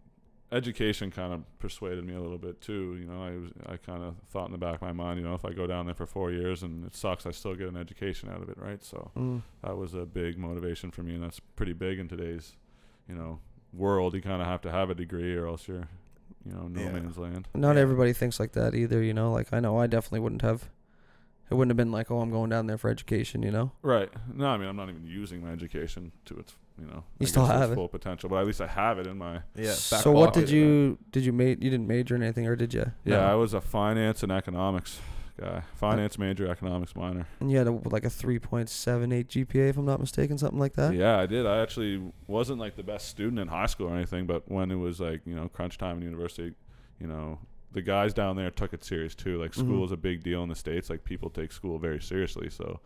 education kind of persuaded me a little bit too. You know, I was I kind of thought in the back of my mind, you know, if I go down there for four years and it sucks, I still get an education out of it, right? So
Mm.
that was a big motivation for me, and that's pretty big in today's, you know, world. You kind of have to have a degree, or else you're, you know, no
Yeah.
man's land.
Not
Yeah.
everybody thinks like that either, you know? Like, I know I definitely wouldn't have. It wouldn't have been like, oh, I'm going down there for education, you know?
Right? No, I mean, I'm not even using my education to its, you know, I
still
guess to its
have it.
full potential, but at least I have it in my
Yeah. back
so what
pocket.
did you did you made you didn't major in anything or did you?
Yeah,
No.
I was a finance and economics guy. Finance
Uh,
major, economics minor.
And you had a, like a 3.78 GPA, if I'm not mistaken, something like that.
Yeah, I did. I actually wasn't like the best student in high school or anything, but when it was like, you know, crunch time in university, you know, the guys down there took it serious too. Like school
Mhm.
is a big deal in the states. Like people take school very seriously. So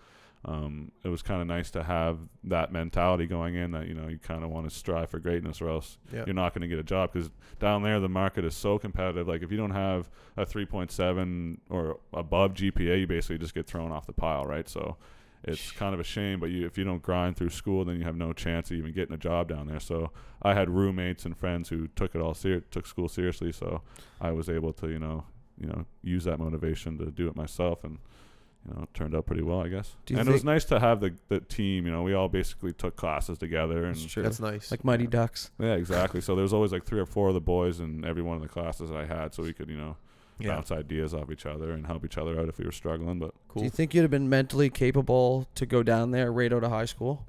um, it was kind of nice to have that mentality going in that you know you kind of want to strive for greatness or else
Yeah.
you're not going to get a job because down there the market is so competitive. Like if you don't have a 3.7 or above GPA, you basically just get thrown off the pile, right? So it's kind of a shame. But you, if you don't grind through school, then you have no chance of even getting a job down there. So I had roommates and friends who took it all ser- took school seriously. So I was able to you know you know use that motivation to do it myself and. you know, it turned out pretty well, I guess.
Do you
and it was
think-
nice to have the, the team. You know, we all basically took classes together, and
That's true.
That's nice.
like Mighty Ducks.
yeah, exactly. so there was always like three or four of the boys in every one of the classes that I had, so we could you know
yeah,
bounce ideas off each other and help each other out if we were struggling. But *laughs*
cool.
Do you think you'd have been mentally capable to go down there right out of high school?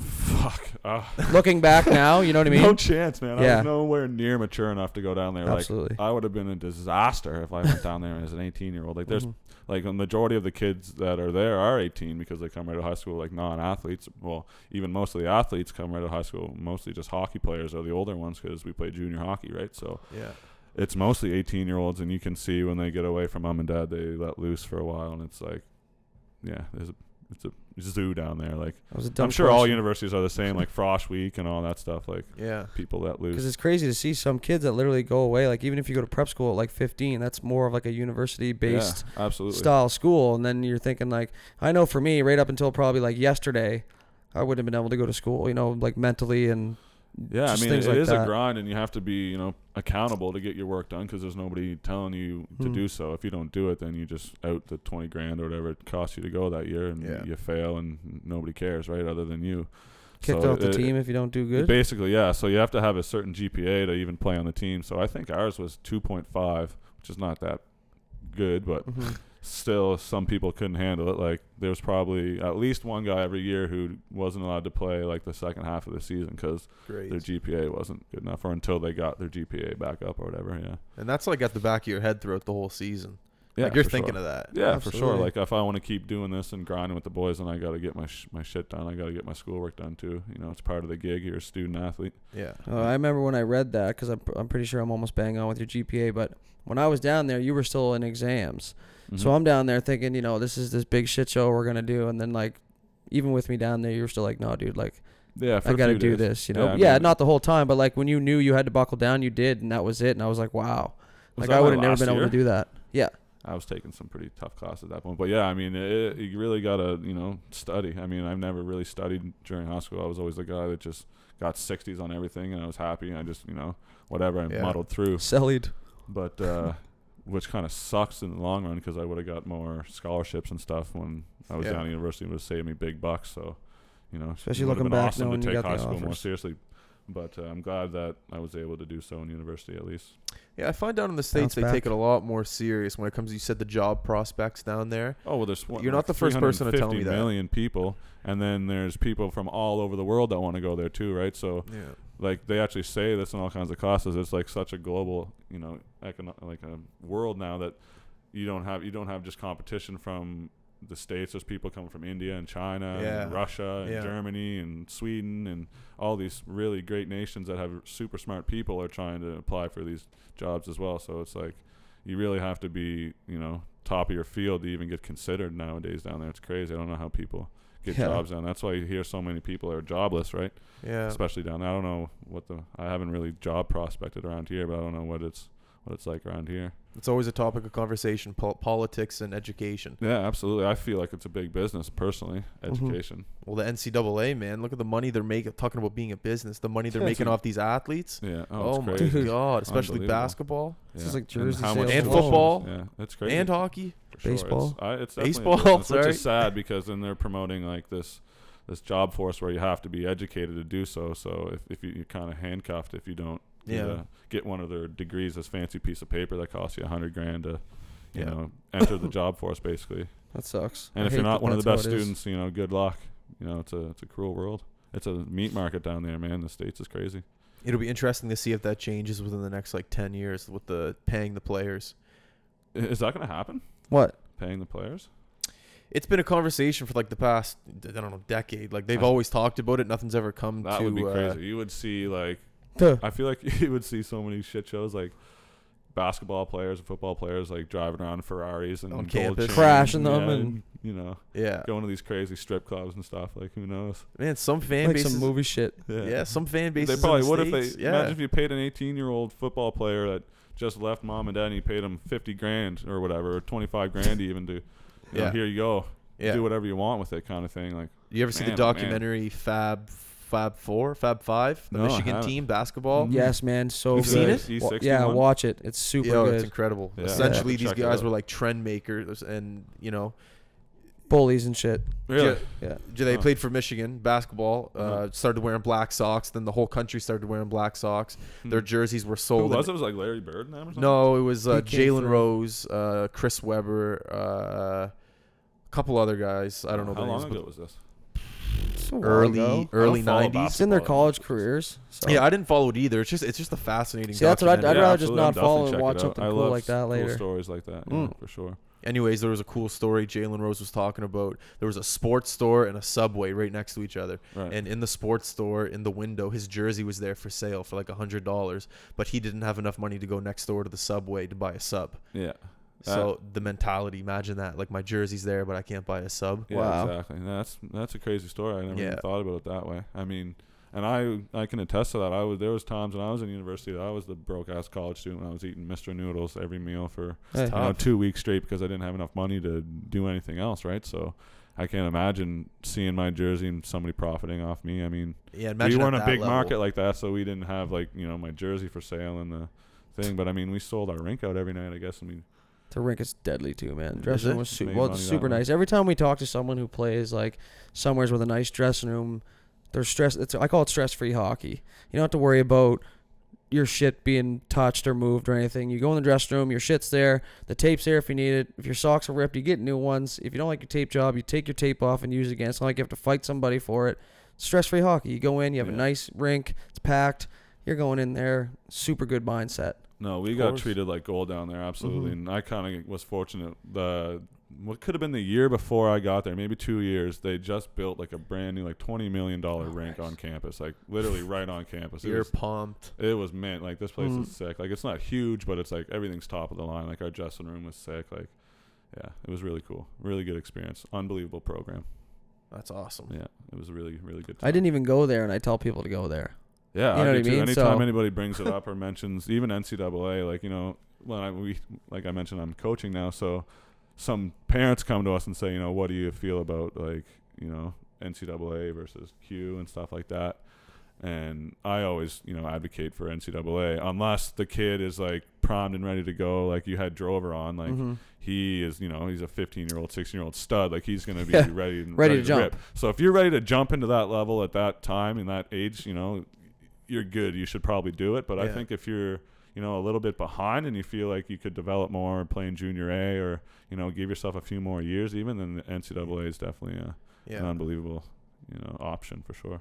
fuck, uh,
Looking
*laughs*
back now, you know what I mean?
no chance, man. I
Yeah.
was nowhere near mature enough to go down there. Like uh,
Absolutely.
I would have been a disaster if I went down there as an 18 year old. Like there's
Mhm.
like a majority of the kids that are there are 18 because they come right out of high school like non-athletes. Well, even most of the athletes come right out of high school. Mostly just hockey players are the older ones because we play junior hockey, right? So
yeah,
it's mostly 18 year olds, and you can see when they get away from mom and dad, they let loose for a while, and it's like, yeah, there's a it's a zoo down there. Like
That was a dumb
I'm sure all
question.
universities are the
*laughs*
same, like Frosh Week and all that stuff. Like
yeah,
people let loose.
Because it's crazy to see some kids that literally go away. Like even if you go to prep school at like 15, that's more of like a university-based
yeah, absolutely.
style school. And then you're thinking like, I know for me, right up until probably like yesterday, I wouldn't have been able to go to school. You know, like mentally and
Yeah,
just
I mean, it
things
is
like that.
a grind, and you have to be, you know, accountable to get your work done because there's nobody telling you to
Hmm.
do so. If you don't do it, then you just out the twenty grand or whatever it costs you to go that year, and
Yeah.
you fail, and nobody cares, right? Other than you,
kicked
So
off the
it-
team if you don't do good.
Basically, yeah. So you have to have a certain GPA to even play on the team. So I think ours was 2.5, which is not that good, but
Mhm.
still, some people couldn't handle it. Like there was probably at least one guy every year who wasn't allowed to play like the second half of the season because
great.
their GPA wasn't good enough, or until they got their GPA back up or whatever. Yeah,
And that's like at the back of your head throughout the whole season.
yeah.
like you're
for
thinking
sure.
of that.
Yeah, for sure.
Absolutely.
Like if I want to keep doing this and grinding with the boys, then I got to get my sh- my shit done. I got to get my schoolwork done too. You know, it's part of the gig. You're a student athlete.
Yeah.
Uh, I remember when I read that because I'm, I'm pretty sure I'm almost bang on with your GPA. But when I was down there, you were still in exams. So
Mhm.
I'm down there thinking, you know, this is this big shit show we're gonna do, and then like, even with me down there, you were still like, no, dude, like
yeah. For
I
a
gotta
few
do
days.
this, you know?
Yeah,
Yeah,
I mean-
not the whole time, but like when you knew you had to buckle down, you did, and that was it. And I was like, wow,
Was
like
that
I
my
would have never
last
been
year?
able to do that. Yeah,
I was taking some pretty tough classes at that point. But yeah, I mean, it, you really got to, you know, study. I mean, I've never really studied during high school. I was always the guy that just got 60s on everything and I was happy and I just, you know, whatever, I
Yeah.
muddled through.
sallied.
But, uh, which kind of sucks in the long run because I would have got more scholarships and stuff when I was
Yeah.
down at university. It would have saved me big bucks. So, you know,
Especially
it would have
looking
been
back,
awesome
knowing
to
you
take
got the
high school more
offers.
seriously. But uh, I'm glad that I was able to do so in university at least.
Yeah, I find down in the states
Bounce
they
back.
take it a lot more serious when it comes. to, You said the job prospects down there.
Oh well, there's what,
You're not
like
the first person to tell
350
me that.
million people, and then there's people from all over the world that want to go there too, right? So
Yeah.
like they actually say this in all kinds of classes. It's like such a global, you know, econo- like a world now that you don't have you don't have just competition from the states. There's people coming from India and China and
Yeah.
Russia and
Yeah.
Germany and Sweden and all these really great nations that have super smart people are trying to apply for these jobs as well. So it's like you really have to be, you know, top of your field to even get considered nowadays down there. It's crazy. I don't know how people get
Yeah.
jobs down. That's why you hear so many people are jobless, right?
Yeah.
Especially down there. I don't know what the I haven't really job prospected around here, but I don't know what it's what it's like around here.
It's always a topic of conversation: pol- politics and education.
Yeah, absolutely. I feel like it's a big business personally, education.
Well, the NCAA man, look at the money they're making. Talking about being a business, the money
*laughs*
they're
Yeah,
making
dude.
off these athletes.
Yeah. Oh,
Oh,
it's
my
crazy. *laughs*
god! Especially
Unbelievable.
basketball
It's just
Yeah.
like
And
jersey
how
sales
much
And
alone.
football.
Yeah, that's crazy.
and hockey.
For sure. It's-
Baseball.
I, it's definitely a
Baseball,
business, which
sorry.
is sad because then they're promoting like this this job force where you have to be educated to do so. So if, if you, you're kind of handcuffed if you don't get
Yeah.
a- get one of their degrees, this fancy piece of paper that costs you a hundred grand to you
Yeah.
know enter the job force basically.
That sucks.
And
I
if you're
hate
not
that
one of the
that's
best
how it is.
students, you know, good luck. You know, it's a it's a cruel world. It's a meat market down there, man. The states is crazy.
It'll be interesting to see if that changes within the next like ten years with the paying the players.
I- Is that going to happen?
*laughs*
what?
Paying the players?
It's been a conversation for like the past I don't know decade. Like
*laughs*
they've
I-
always talked about it. Nothing's ever come
That
to.
would be
uh,
crazy. You would see like I feel like *laughs* you would see so many shit shows like basketball players and football players like driving around in Ferraris and
On
gold
campus.
chains,
Crashing them
yeah,
and-
you know
Yeah,
going to these crazy strip clubs and stuff. Like who knows?
man. Some fan
Like
bases.
some movie shit.
yeah. some fan
they
bases. in
probably
the
would if
States,
they
Yeah,
imagine if you paid an 18 year old football player that just left mom and dad and you paid him 50 grand or whatever, or 25 grand even to. You know,
Yeah.
here you go.
yeah.
Do whatever you want with it, kind of thing. Like,
You ever see
Man,
the
oh, man.
documentary Fab Fab Four, Fab Five, the
No, I
Michigan
haven't.
team basketball?
Mm.
Yes, man. So
You've
good.
seen
the
it?
Wa-
E60
yeah,
one?
watch it. It's super
Yo,
good.
it's incredible.
Yeah.
Essentially,
Yeah.
these
Check it
guys
out.
were like trend makers, and you know,
bullies and shit.
Really?
Ju-
Yeah.
Ju- They
Huh. Uh-huh.
played for Michigan basketball. Uh, started wearing black socks. Then the whole country started wearing black socks. Their jerseys were
Hmm. Who
sold.
was it?
in-
Was it like Larry Bird and them or something?
No, it was uh,
He came
Jalen
through.
Rose, uh, Chris Webber, uh, a couple other guys. I don't know
How
their
long
names,
ago was this?
It's a
but
while
early
ago.
early
I don't follow
nineties.
It's in their college careers. So.
Yeah, I didn't follow it either. It's just it's just a fascinating.
See, that's what I'd-
documentary.
rather just
absolutely.
not
I'm definitely
follow and
checking
watch
it out.
something
I
cool
love
like that
s- cool
later.
stories like that, yeah,
Mm.
for sure.
Anyways, there was a cool story Jalen Rose was talking about. There was a sports store and a subway right next to each other.
Right.
And in the sports store, in the window, his jersey was there for sale for like a hundred dollars, but he didn't have enough money to go next door to the subway to buy a sub.
yeah. That-
so the mentality, imagine that. Like my jersey's there, but I can't buy a sub.
Yeah,
Wow.
exactly. That's that's a crazy story. I never
Yeah.
even thought about it that way. I mean, and I I can attest to that. I was there was times when I was in university that I was the broke ass college student. When I was eating Mr. Noodles every meal for
Hey.
you know,
Tough.
two weeks straight because I didn't have enough money to do anything else. Right, so. I can't imagine seeing my jersey and somebody profiting off me. I mean,
Yeah, imagine
we weren't
at
a
that
big
level.
market like that, so we didn't have like you know my jersey for sale and the thing. But I mean, we sold our rink out every night, I guess. I mean,
The rink is deadly too, man.
Is
Dressing
it?
room was su-
Made
well,
money
it's
that
super
way.
nice. Every time we talk to someone who plays like somewheres with a nice dressing room, they're stress. It's, I call it stress-free hockey. You don't have to worry about your shit being touched or moved or anything. You go in the dressing room, your shit's there, the tape's there if you need it. If your socks are ripped, you get new ones. If you don't like your tape job, you take your tape off and use it again. It's not like you have to fight somebody for it. Stress-free hockey. You go in, you have a
Yeah.
nice rink, it's packed. You're going in there, super good mindset.
no, we
Of
got
course.
treated like gold down there, absolutely.
Mhm.
Mm-hmm.
And I kind of was fortunate. The what could have been the year before I got there, maybe two years, they just built like a brand new, like twenty million dollar
Oh,
rink
nice.
on campus, like literally right on campus. It
You're
was,
pumped.
it was mint. Like this place
Mm.
is sick. Like it's not huge, but it's like everything's top of the line. Like our dressing room was sick. Like. Yeah, it was really cool. Really good experience. Unbelievable program.
That's awesome.
Yeah, it was a really, really good. Time.
I didn't even go there, and I tell people to go there.
Yeah,
You know
I do
what I
too.
mean?
Anytime
So-
anybody brings it up or mentions even NCAA, like you know, when I we like I mentioned, I'm coaching now, so some parents come to us and say, you know, what do you feel about like you know NCAA versus Q and stuff like that. And I always, you know, advocate for NCAA unless the kid is like primed and ready to go. Like you had Drover on, like
Mhm.
he is, you know, he's a 15 year old, 16 year old stud. Like he's going to be
Yeah.
ready and
Ready to
ready, to,
jump.
rip. So if you're ready to jump into that level at that time in that age, you know, you're good. You should probably do it. But I
Yeah.
think if you're, you know, a little bit behind and you feel like you could develop more playing junior A or, you know, give yourself a few more years even, then the NCAA is definitely uh an
Yeah.
unbelievable, you know, option for sure.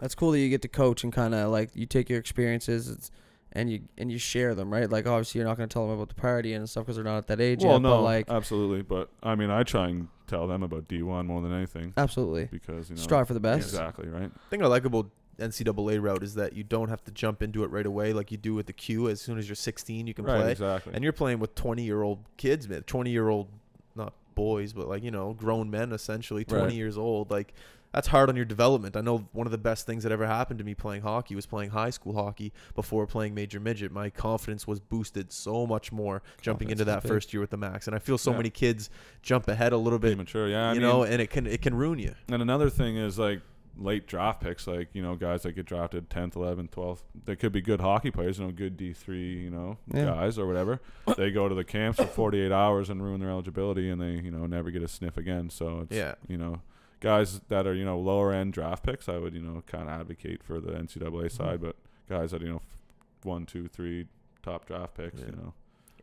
That's cool that you get to coach and kind of like you take your experiences it's, and you and you share them, right? Like obviously you're not going to tell them about the party and stuff because they're not at that age
well,
yet.
no, uh,
but like
absolutely. But I mean, I try and tell them about D1 more than anything
absolutely
because, you know,
strive for the best.
exactly, right?
The thing I like about NCAA route is that you don't have to jump into it right away like you do with the Q. As soon as you're 16, you can
Right,
play.
exactly.
and you're playing with 20 year old kids man 20 year old not boys but like you know grown men essentially 20
Right.
years old like that's hard on your development i know one of the best things that ever happened to me playing hockey was playing high school hockey before playing major midget my confidence was boosted so much more jumping
Confidence
into
is
that
big.
first year with the max and i feel so
Yeah.
many kids jump ahead a little bit
Immature, yeah. I
you
mean,
know and it can it can ruin you
And another thing is like late draft picks, like, you know, guys that get drafted 10th, 11th, 12th, they could be good hockey players, you know, good D3, you know,
Yeah.
guys or whatever. They go to the camps for 48 hours and ruin their eligibility and they, you know, never get a sniff again. So it's,
yeah
you know, guys that are, you know, lower end draft picks, I would, you know, kind of advocate for the NCAA
Mm-hmm.
side, but guys that, you know, f- one, two, three top draft picks,
Yeah.
you know,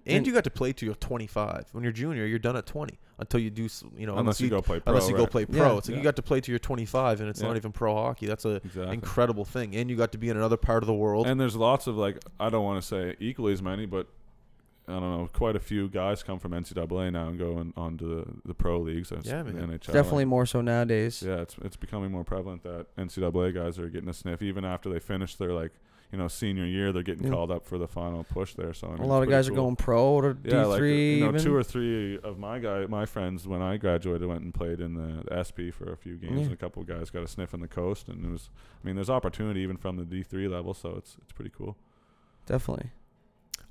and,
And-
you got to play till you're 25 when you're junior you're done at 20 until you do s- you know
unless you, go play pro.
unless you go
right.
play
Yeah.
pro it's like you
Yeah.
got to play till you're 25 and it's
Yeah.
not even pro hockey that's a
Exactly.
incredible thing. And you got to be in another part of the world.
And there's lots of like I don't want to say equally as many, but I don't know, quite a few guys come from NCAA now and go on, on to the, the pro leagues. That's
Yeah,
the
man.
NHL.
Definitely more so nowadays.
Yeah, it's it's becoming more prevalent that NCAA guys are getting a sniff even after they finish their like you know senior year. They're getting
Yeah.
called up for the final push there. So I
a
mean, it's
lot of
pretty
guys
cool.
are going pro to
Yeah,
D3
like you know,
even.
two or three of my guy, my friends, when I graduated, went and played in the, the SP for a few games,
Yeah.
and a couple of guys got a sniff in the coast, and it was, I mean, there's opportunity even from the D three level, so it's it's pretty cool.
Definitely.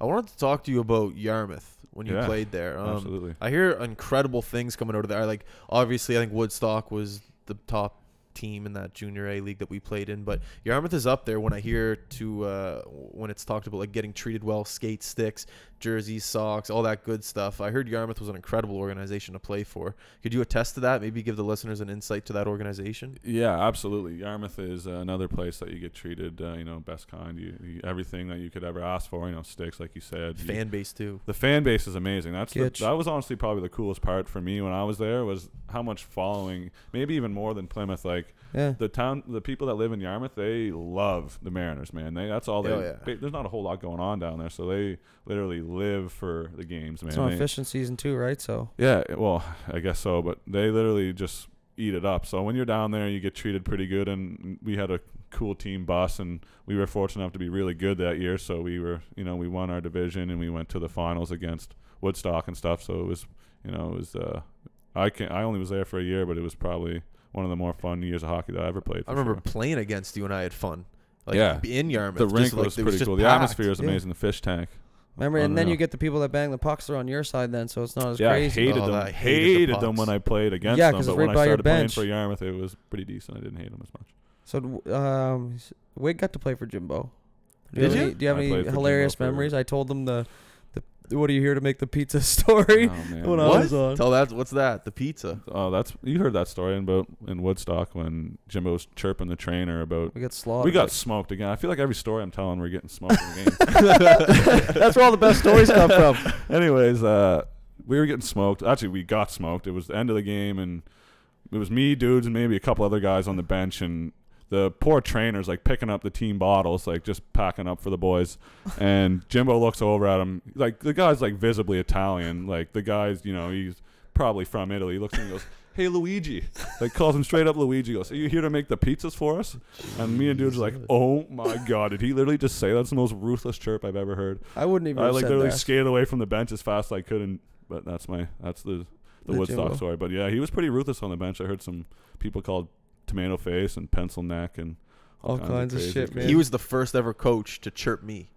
I wanted to talk to you about Yarmouth when you
Yeah,
played there. Um,
Absolutely.
I hear incredible things coming out of there. Like obviously, I think Woodstock was the top team in that junior A league that we played in, but Yarmouth is up there when I hear to uh, when it's talked about like getting treated well, skate sticks, jerseys, socks, all that good stuff. I heard Yarmouth was an incredible organization to play for. Could you attest to that? Maybe give the listeners an insight to that organization.
Yeah, absolutely. Yarmouth is uh, another place that you get treated, uh, you know, best kind. You, you everything that you could ever ask for. You know, sticks like you said. You-
Fan base too.
the fan base is amazing. That's the,
Kitch.
that was honestly probably the coolest part for me when I was there was how much following, maybe even more than Plymouth. Like
Yeah.
the town, the people that live in Yarmouth, they love the Mariners, man. They that's all they,
Oh, yeah.
they- There's not a whole lot going on down there, so they literally live for the games, man.
It's on
They-
fishing season too, right? So
yeah, eh, well, I guess so, but they literally just eat it up. So when you're down there, you get treated pretty good, and we had a cool team bus, and we were fortunate enough to be really good that year. So we were, you know, we won our division, and we went to the finals against Woodstock and stuff. So it was, you know, it was. Uh, I can I only was there for a year, but it was probably one of the more fun years of hockey that I ever played.
I
for
remember
sure.
playing against you and I had fun. Like
Yeah.
in Yarmouth.
the
just
rink
like,
was
it
pretty
just
cool. The
packed.
atmosphere was
yeah.
amazing. The fish tank.
remember, and then
Unreal.
you get the people that bang the pucks that are on your side then, so it's not as
yeah,
crazy.
I hated
Oh,
them.
I hated the
hated them
pucks.
when I played against
Yeah,
them,
'cause
but
it's
when
right
I
by your
started playing
bench.
for Yarmouth, it was pretty decent. I didn't hate them as much.
So um, Wig got to play for Jimbo. Do
Did
have
you?
Any, do you have
I
any
played for
hilarious
Jimbo for-
memories? I told them the, the what are you here to make the pizza *laughs* story?
Oh, man.
When I
What?
was on.
Tell that what's that? The pizza.
Oh, that's you heard that story in about in Woodstock when Jimbo's chirping the trainer about
We got slaughtered.
we got smoked again. I feel like every story I'm telling, we're getting smoked in the
*laughs*
game. *laughs*
That's where all the best stories come from.
Anyways, uh, we were getting smoked. Actually, we got smoked. It was the end of the game, and it was me, dudes, and maybe a couple other guys on the bench, and the poor trainer's like picking up the team bottles, like just packing up for
*laughs*
the boys. And Jimbo looks over at him, like the guy's like visibly Italian, like the guy's you know he's probably from Italy. He looks at him
*laughs*
and goes. Hey Luigi, like calls him straight up. Luigi goes, "Are you here to make the pizzas for us?" And me and dudes are like, "Oh my god, did he literally just say that's the most ruthless chirp I've ever heard?"
I wouldn't even.
I
have
like
said
literally
that.
skated away from the bench as fast as I could, and but that's my that's the the,
The
Woodstock
Jimbo.
story. But yeah, he was pretty ruthless on the bench. I heard some people called tomato face and pencil neck and
All kinds of
crazy
shit,
things.
man.
He was the first ever coach to chirp me.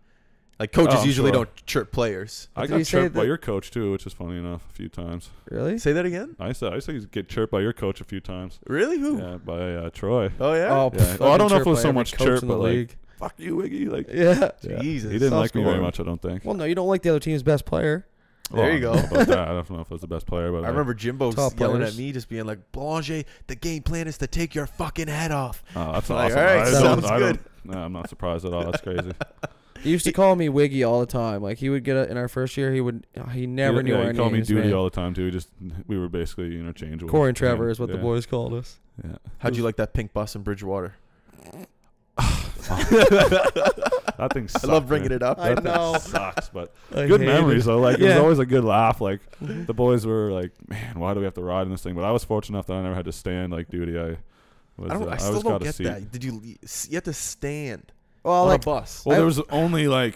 Like coaches
Oh,
usually
sure.
don't chirp players.
I
Did
got
he say
chirped by
that-
your coach too, which is funny enough. A few times,
really.
Say that again?
I said I said get chirped by your coach a few times.
Really? Who?
Yeah, by uh, Troy.
Oh yeah.
Oh,
Yeah.
pff,
Well, I
I've
don't
been
know if it
chirped
was
by
so
every
much
coach
chirp,
in the
but, like,
league.
Fuck you, Wiggy. Like
yeah.
yeah.
Jesus.
he didn't like me very
Scoring.
much. I don't think.
Well, no, you don't like the other team's best player.
There
Well,
you
I don't,
go.
know about that. I don't know if I was the best player,
*laughs*
but
I
like,
remember Jimbo
Top
yelling
players.
at me, just being like, "Blanger, the game plan is to take your fucking head
*laughs*
off."
Oh, that's
Like,
awesome.
all right,
I don't-
sounds
I don't- *laughs* no, I'm not surprised at all. That's crazy.
He used to call me Wiggy all the time. Like he would get a, in our first year, he would oh, he never
yeah,
knew
yeah,
our
he called
names.
me duty
man.
all the time too. He just we were basically interchangeable.
Corey and Trevor is what the
Yeah,
boys called us. *laughs*
Yeah.
How'd you like that pink bus in Bridgewater?
That thing sucks.
I love bringing it up.
I
That
know.
thing sucks, but
*laughs* I
good
hated
memories
it.
though. Like it was
Yeah.
always a good laugh. Like the boys were like, "Man, why do we have to ride in this thing?" But I was fortunate enough that I never had to stand like duty. I was.
I, don't, I
uh, always
still
got
don't
a
get
seat.
that. Did you? You have to stand
Well,
on
like
a bus.
Well,
I-
there was only like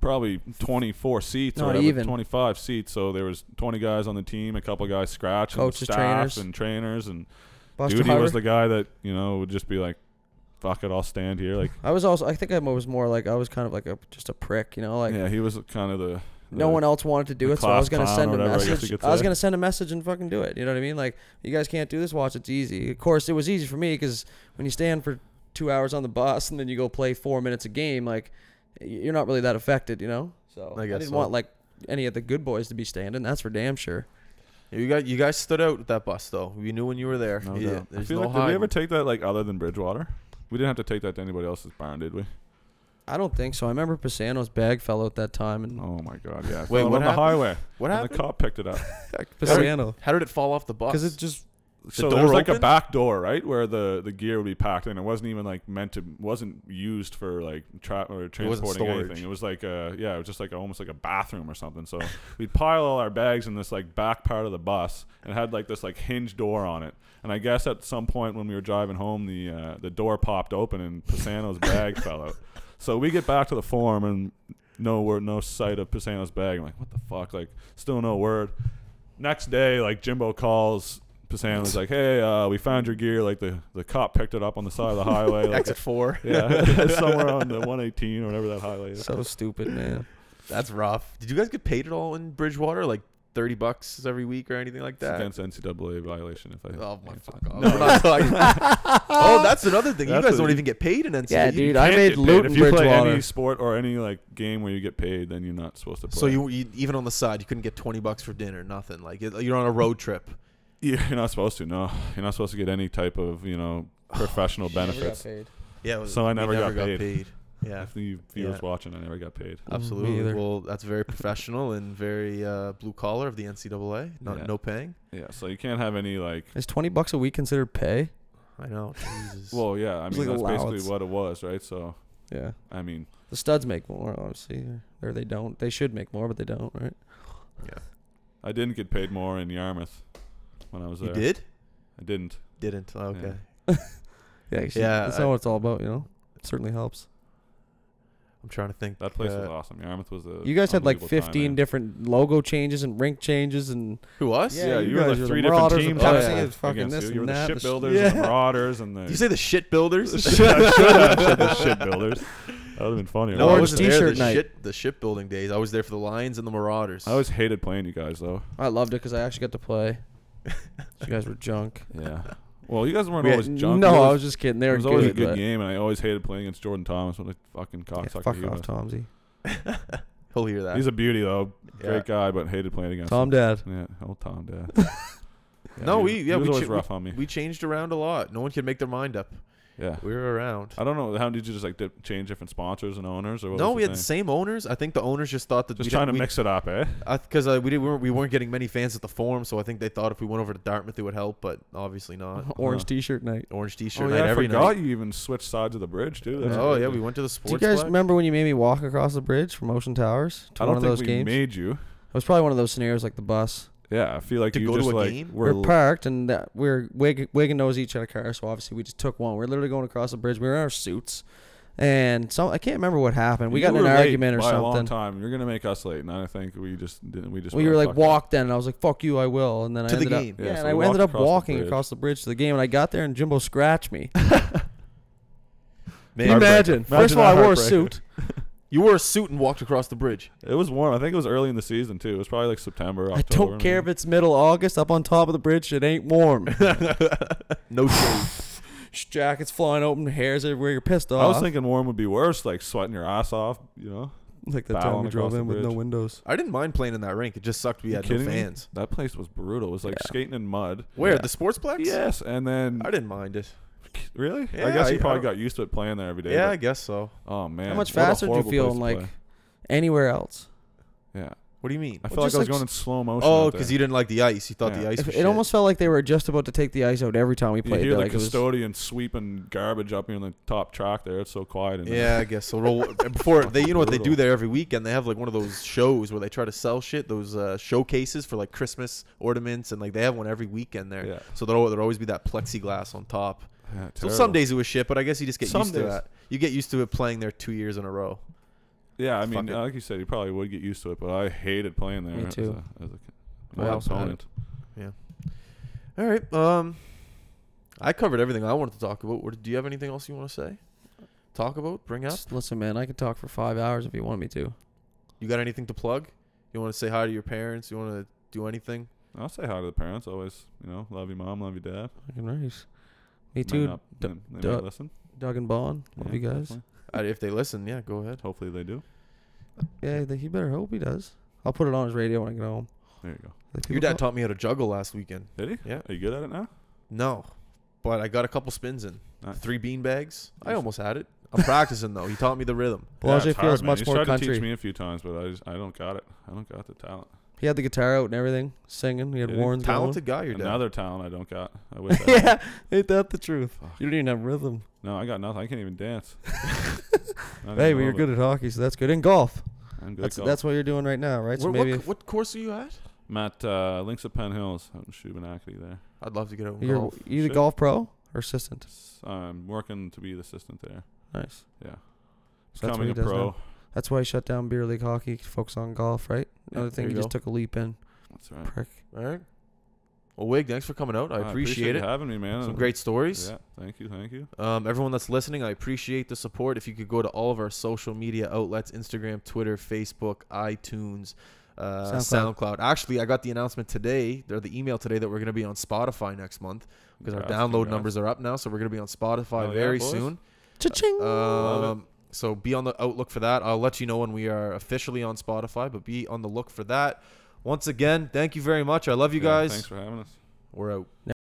probably 24 seats
Not
or whatever,
even.
25 seats. So there was 20 guys on the team, a couple guys scratch,
Coaches,
and staff,
trainers.
and trainers, and
Buster
Duty
Howard.
was the guy that you know would just be like, "Fuck it, I'll stand here." Like,
I was also. I think I was more like I was kind of like a just a prick, you know. Like
yeah, he was kind of the.
no
the-
one else wanted to do
the
it, so I was
class
gonna
clown
send
or
a
whatever, I guess you
message.
could
I was
say.
gonna send a message and fucking do it. You know what I mean? Like you guys can't do this. Watch it's easy. Of course, it was easy for me because when you stand for two hours on the bus and then you go play four minutes a game, like y- you're not really that affected, you know. So
I
I,
guess
didn't
so.
want like any of the good boys to be standing. That's for damn sure.
You got you guys stood out with that bus though. We knew when you were there.
No
yeah,
doubt. I
There's
feel
no
like did we ever
hiding.
take that like other than Bridgewater? We didn't have to take that to anybody else's barn, did we?
I don't think so. I remember Pisano's bag fell out that time, and
Oh my god, yeah.
Wait,
Wait,
what
on the
happened?
highway.
What
and the
happened?
cop picked it up.
Pisano
How did it fall off the bus?
because it just
door
so there was like a
opened?
back door, right, where the the gear would be packed, and it wasn't even like meant to, wasn't used for like tra- or transporting
storage.
anything. It was like a yeah, it was just like a, almost like a bathroom or something. So *laughs* we'd pile all our bags in this like back part of the bus, and it had like this like hinge door on it. And I guess at some point when we were driving home, the uh, the door popped open and
*laughs*
Pisano's bag fell out. So we get back to the form and no word, no sight of Pisano's bag. I'm like, what the fuck? Like, still no word. Next day, like Jimbo calls Pisano's like, hey, uh, we found your gear. Like the the cop picked it up on the side of the highway. Like,
exit four.
*laughs* yeah, *laughs* somewhere on the 118 or whatever that highway is.
so stupid, man.
That's rough. Did you guys get paid at all in Bridgewater? Like thirty bucks every week or anything like
It's
that.
against NCAA violation if I.
Oh my
if
fuck
I-
off. We're not talking-
*laughs*
oh, that's another thing.
That's
you guys
what
don't
you-
even get paid in NCAA.
Yeah,
You-
dude, I
Can't
made
get paid.
Luton
If you play
Bridgewater.
any sport or any like game where you get paid, then you're not supposed to play.
So you, you even on the side, you couldn't get twenty bucks for dinner, nothing. Like it- you're on a road
*laughs*
trip.
*laughs* you're not supposed to. No, you're not supposed to get any type of you
*sighs*
know
Oh,
professional benefits.
Yeah. it was-
So I
we
never got paid. *laughs*
Yeah,
If the viewers
Yeah.
watching, I never got paid.
Me
absolutely.
either.
Well, that's very professional and very uh, blue collar of the NCAA. Not
Yeah.
no paying.
Yeah, so you can't have any like.
Is twenty bucks a week considered pay?
I know.
*laughs*
Jesus.
Well, yeah, I
It's
mean
like
that's
allowance.
basically what it was, right? So
Yeah.
I mean,
The studs make more, obviously, or they don't. They should make more, but they don't, right?
I didn't get paid more in Yarmouth when I was
you
there.
did?
I didn't.
Didn't. Oh, okay.
Yeah, actually,
Yeah,
that's
I-
not what it's all about, you know. It certainly helps.
I'm trying to think.
That place was
uh,
awesome. Yarmouth was the.
You guys had like 15 different logo changes and rink changes and
Who us?
Yeah, you were
guys
like
were the
three different
Marauders, the
teams.
Oh,
Pepsi,
yeah.
the fucking this
you were
and that.
the
the sh-
shipbuilders
yeah.
and the marauders and the.
Did you say the shit *laughs* builders?
I should *laughs* have said the shipbuilders. That would have been funny.
No,
I
Orange
wasn't there
t-shirt
the
night.
Shit, the shipbuilding days. I was there for the Lions and the Marauders. *laughs*
I always hated playing you guys though.
I loved it because I actually got to play. you guys were junk.
Yeah. Well, you guys weren't
We had
always junk.
no,
You
I
guys-
was just kidding. They
it
were
was
good.
always a good
but-
game, and I always hated playing against Jordan Thomas. What a fucking
Yeah,
cocksucker
fuck
he
off,
was.
Tomsy.
He'll hear that.
He's a beauty though,
Yeah.
great guy, but hated playing against
Tom
him.
Dad.
Yeah, old Tom
*laughs*
Dad. Yeah,
No,
he
we-
was-
yeah,
he was
we
always
ch-
rough on me.
we changed around a lot. No one could make their mind up.
yeah,
We were around.
I don't know. How did you just like dip, change different sponsors and owners, or what
No,
was
we
the
had the
thing?
same owners. I think the owners just thought that
just
we
trying to
we,
mix it up, eh?
because uh, we didn't we weren't, we weren't getting many fans at the forum, so I think they thought if we went over to Dartmouth, it would help, but obviously
Uh,
not.
*laughs* Orange T-shirt night.
Orange T-shirt
Oh
night
yeah, I
every
forgot
night.
you even switched sides of the bridge too. That's
Oh
crazy.
yeah, we went to the sports.
Do you guys
bar.
remember when you made me walk across the bridge from Ocean Towers to
I
one
don't
of
think
those
we
games?
made you.
It was probably one of those scenarios like the bus.
Yeah, I feel like
To
you
go to
just
a
like
game?
were
we're parked and that we're wig, wig and nose each at a car, so obviously we just took one. We're literally going across the bridge. We were in our suits, and so I can't remember what happened. We
you
got in
were
an
late
argument or
by A long
something.
time. You're gonna make us late, and I think we just didn't. We just
We were
went,
like
"Fuck it."
walk then, and I was like, "Fuck you, I will." And then
To
I
the
ended
game.
up,
Yeah,
yeah, and
so we
I
walked
ended up
across the
walking
bridge.
across the bridge to the game, and I got there, and Jimbo scratched me.
Man,
Heartbreaker.
Imagine. First
*laughs* Imagine
of all, I
that
wore a
heartbreaker.
suit.
you wore a suit and walked across the bridge.
It was warm. I think it was early in the season too. It was probably like September.
I
October,
don't care if
maybe.
it's middle August. Up on top of the bridge, it ain't
*laughs*
warm.
No shade.
Jackets flying open, hairs everywhere. You're pissed off.
I was thinking warm would be worse, like sweating your ass off. You know,
like the
Bowling
time we
across
drove
the
in with no
bridge.
windows.
I didn't mind playing in that rink. It just sucked we
You
had no
kidding me?
fans.
that place was brutal. It was like
Yeah.
skating in mud.
Where
Yeah.
the sportsplex?
Yes, and then
I didn't mind it.
really, I
Yeah,
guess
I-
you
I
probably
don't-
got used to it playing there every day.
Yeah, I guess so.
but- oh man,
How much
what a
faster do you
horrible
feel
place
in
to
like
play.
anywhere else?
Yeah,
What do you mean?
I feel
Well,
like
just
I was
like
going in slow motion.
Oh,
out there.
because you didn't like the ice. You thought the
Yeah.
ice.
If-
Was
it
shit.
almost felt like they were just about to take the ice out every time we
You
played.
hear
They're
the
like, it was-
custodian sweeping garbage up in the top track there. It's so quiet. In there.
Yeah, I
*laughs*
guess so. Well, Before they, you know what they do
Brutal.
there every weekend? They have like one of those shows where they try to sell shit. Those uh, showcases for like Christmas ornaments, and like they have one every weekend there.
Yeah.
So there'll there'll always be that plexiglass on top.
Yeah,
So
terrible.
some days it was shit, but I guess you just get
Some
used to
days.
that. You get used to it playing there two years in a row.
Yeah, I
Fuck
mean,
it.
like you said, you probably would get used to it, but I hated playing there.
Me
as
too.
a- as a-
Well,
as an
I-
opponent.
All right. Um, I covered everything I wanted to talk about. What, do you have anything else you want to say? Talk about? Bring up?
Just Listen, man, I could talk for five hours if you want me to.
You got anything to plug? You want to say hi to your parents? You want to do anything? *laughs*
I'll say hi to the parents. Always, you know, love your mom, love your dad.
Fucking nice. Me
Might
too.
not-
d-
they- they might
duh.
listen.
Doug and Bond. Love
Yeah,
you guys.
definitely.
Uh, if they listen, yeah, go ahead.
Hopefully they do.
Yeah, th- he better hope he does. I'll put it on his radio when I get home.
There you go.
Like,
Your
people
dad
call-
taught me how to juggle last weekend.
Did he?
Yeah.
Are you good at it now?
No, but I got a couple spins in.
Nice.
Three bean bags. I
Nice.
almost had it. I'm practicing though. He taught me the
*laughs*
rhythm.
Belanger
it's
feels
man.
much
He's
more
tried to
country.
teach me a few times, but I just, I don't got it. I don't got the talent.
He had the guitar out and everything, singing. He had
Did he?
Warren's going. *laughs*
Talented guy, your dad.
Another talent I don't got. I wish. I had.
yeah, ain't that the truth?
Fuck.
You don't even have rhythm.
No, I got nothing. I can't
*laughs*
even dance. Not
Hey,
even
but
a
you're
little
good at hockey, so that's good. And golf.
bit. I'm good.
That's
at golf.
that's what you're doing right now, right? So
Wh-
maybe
what,
if
what course are you at?
I'm at uh, Links of Penn Hills out in Shubenacadie there.
I'd love to get out. and
you're
golf.
you the
Shit.
golf pro or assistant.
S- I'm working to be the assistant there.
Nice. So
Yeah.
that's what
Becoming
he
a
does
pro.
now. That's why he shut down beer league hockey, focus on golf, right?
Yeah,
Another thing
there
he
you
just
go.
took a leap in.
That's right.
Prick.
All right. Well, Wig, thanks for coming out. I, appreciate,
you
it.
having me, man.
Some great stories.
Yeah, thank you, thank you.
Um, everyone that's listening, I appreciate the support. If you could go to all of our social media outlets Instagram, Twitter, Facebook, iTunes, uh,
SoundCloud.
SoundCloud. Actually, I got the announcement today or the email today that we're going to be on Spotify next month because our
Congrats,
download
congrats.
numbers are up now, so we're going to be on Spotify
Hell yeah,
very
boys.
soon.
Cha-ching.
Love
Um, so be on the outlook for that. I'll let you know when we are officially on Spotify, but be on the look for that. Once again, thank you very much. I love you
Yeah,
guys.
Thanks for having us.
we're out.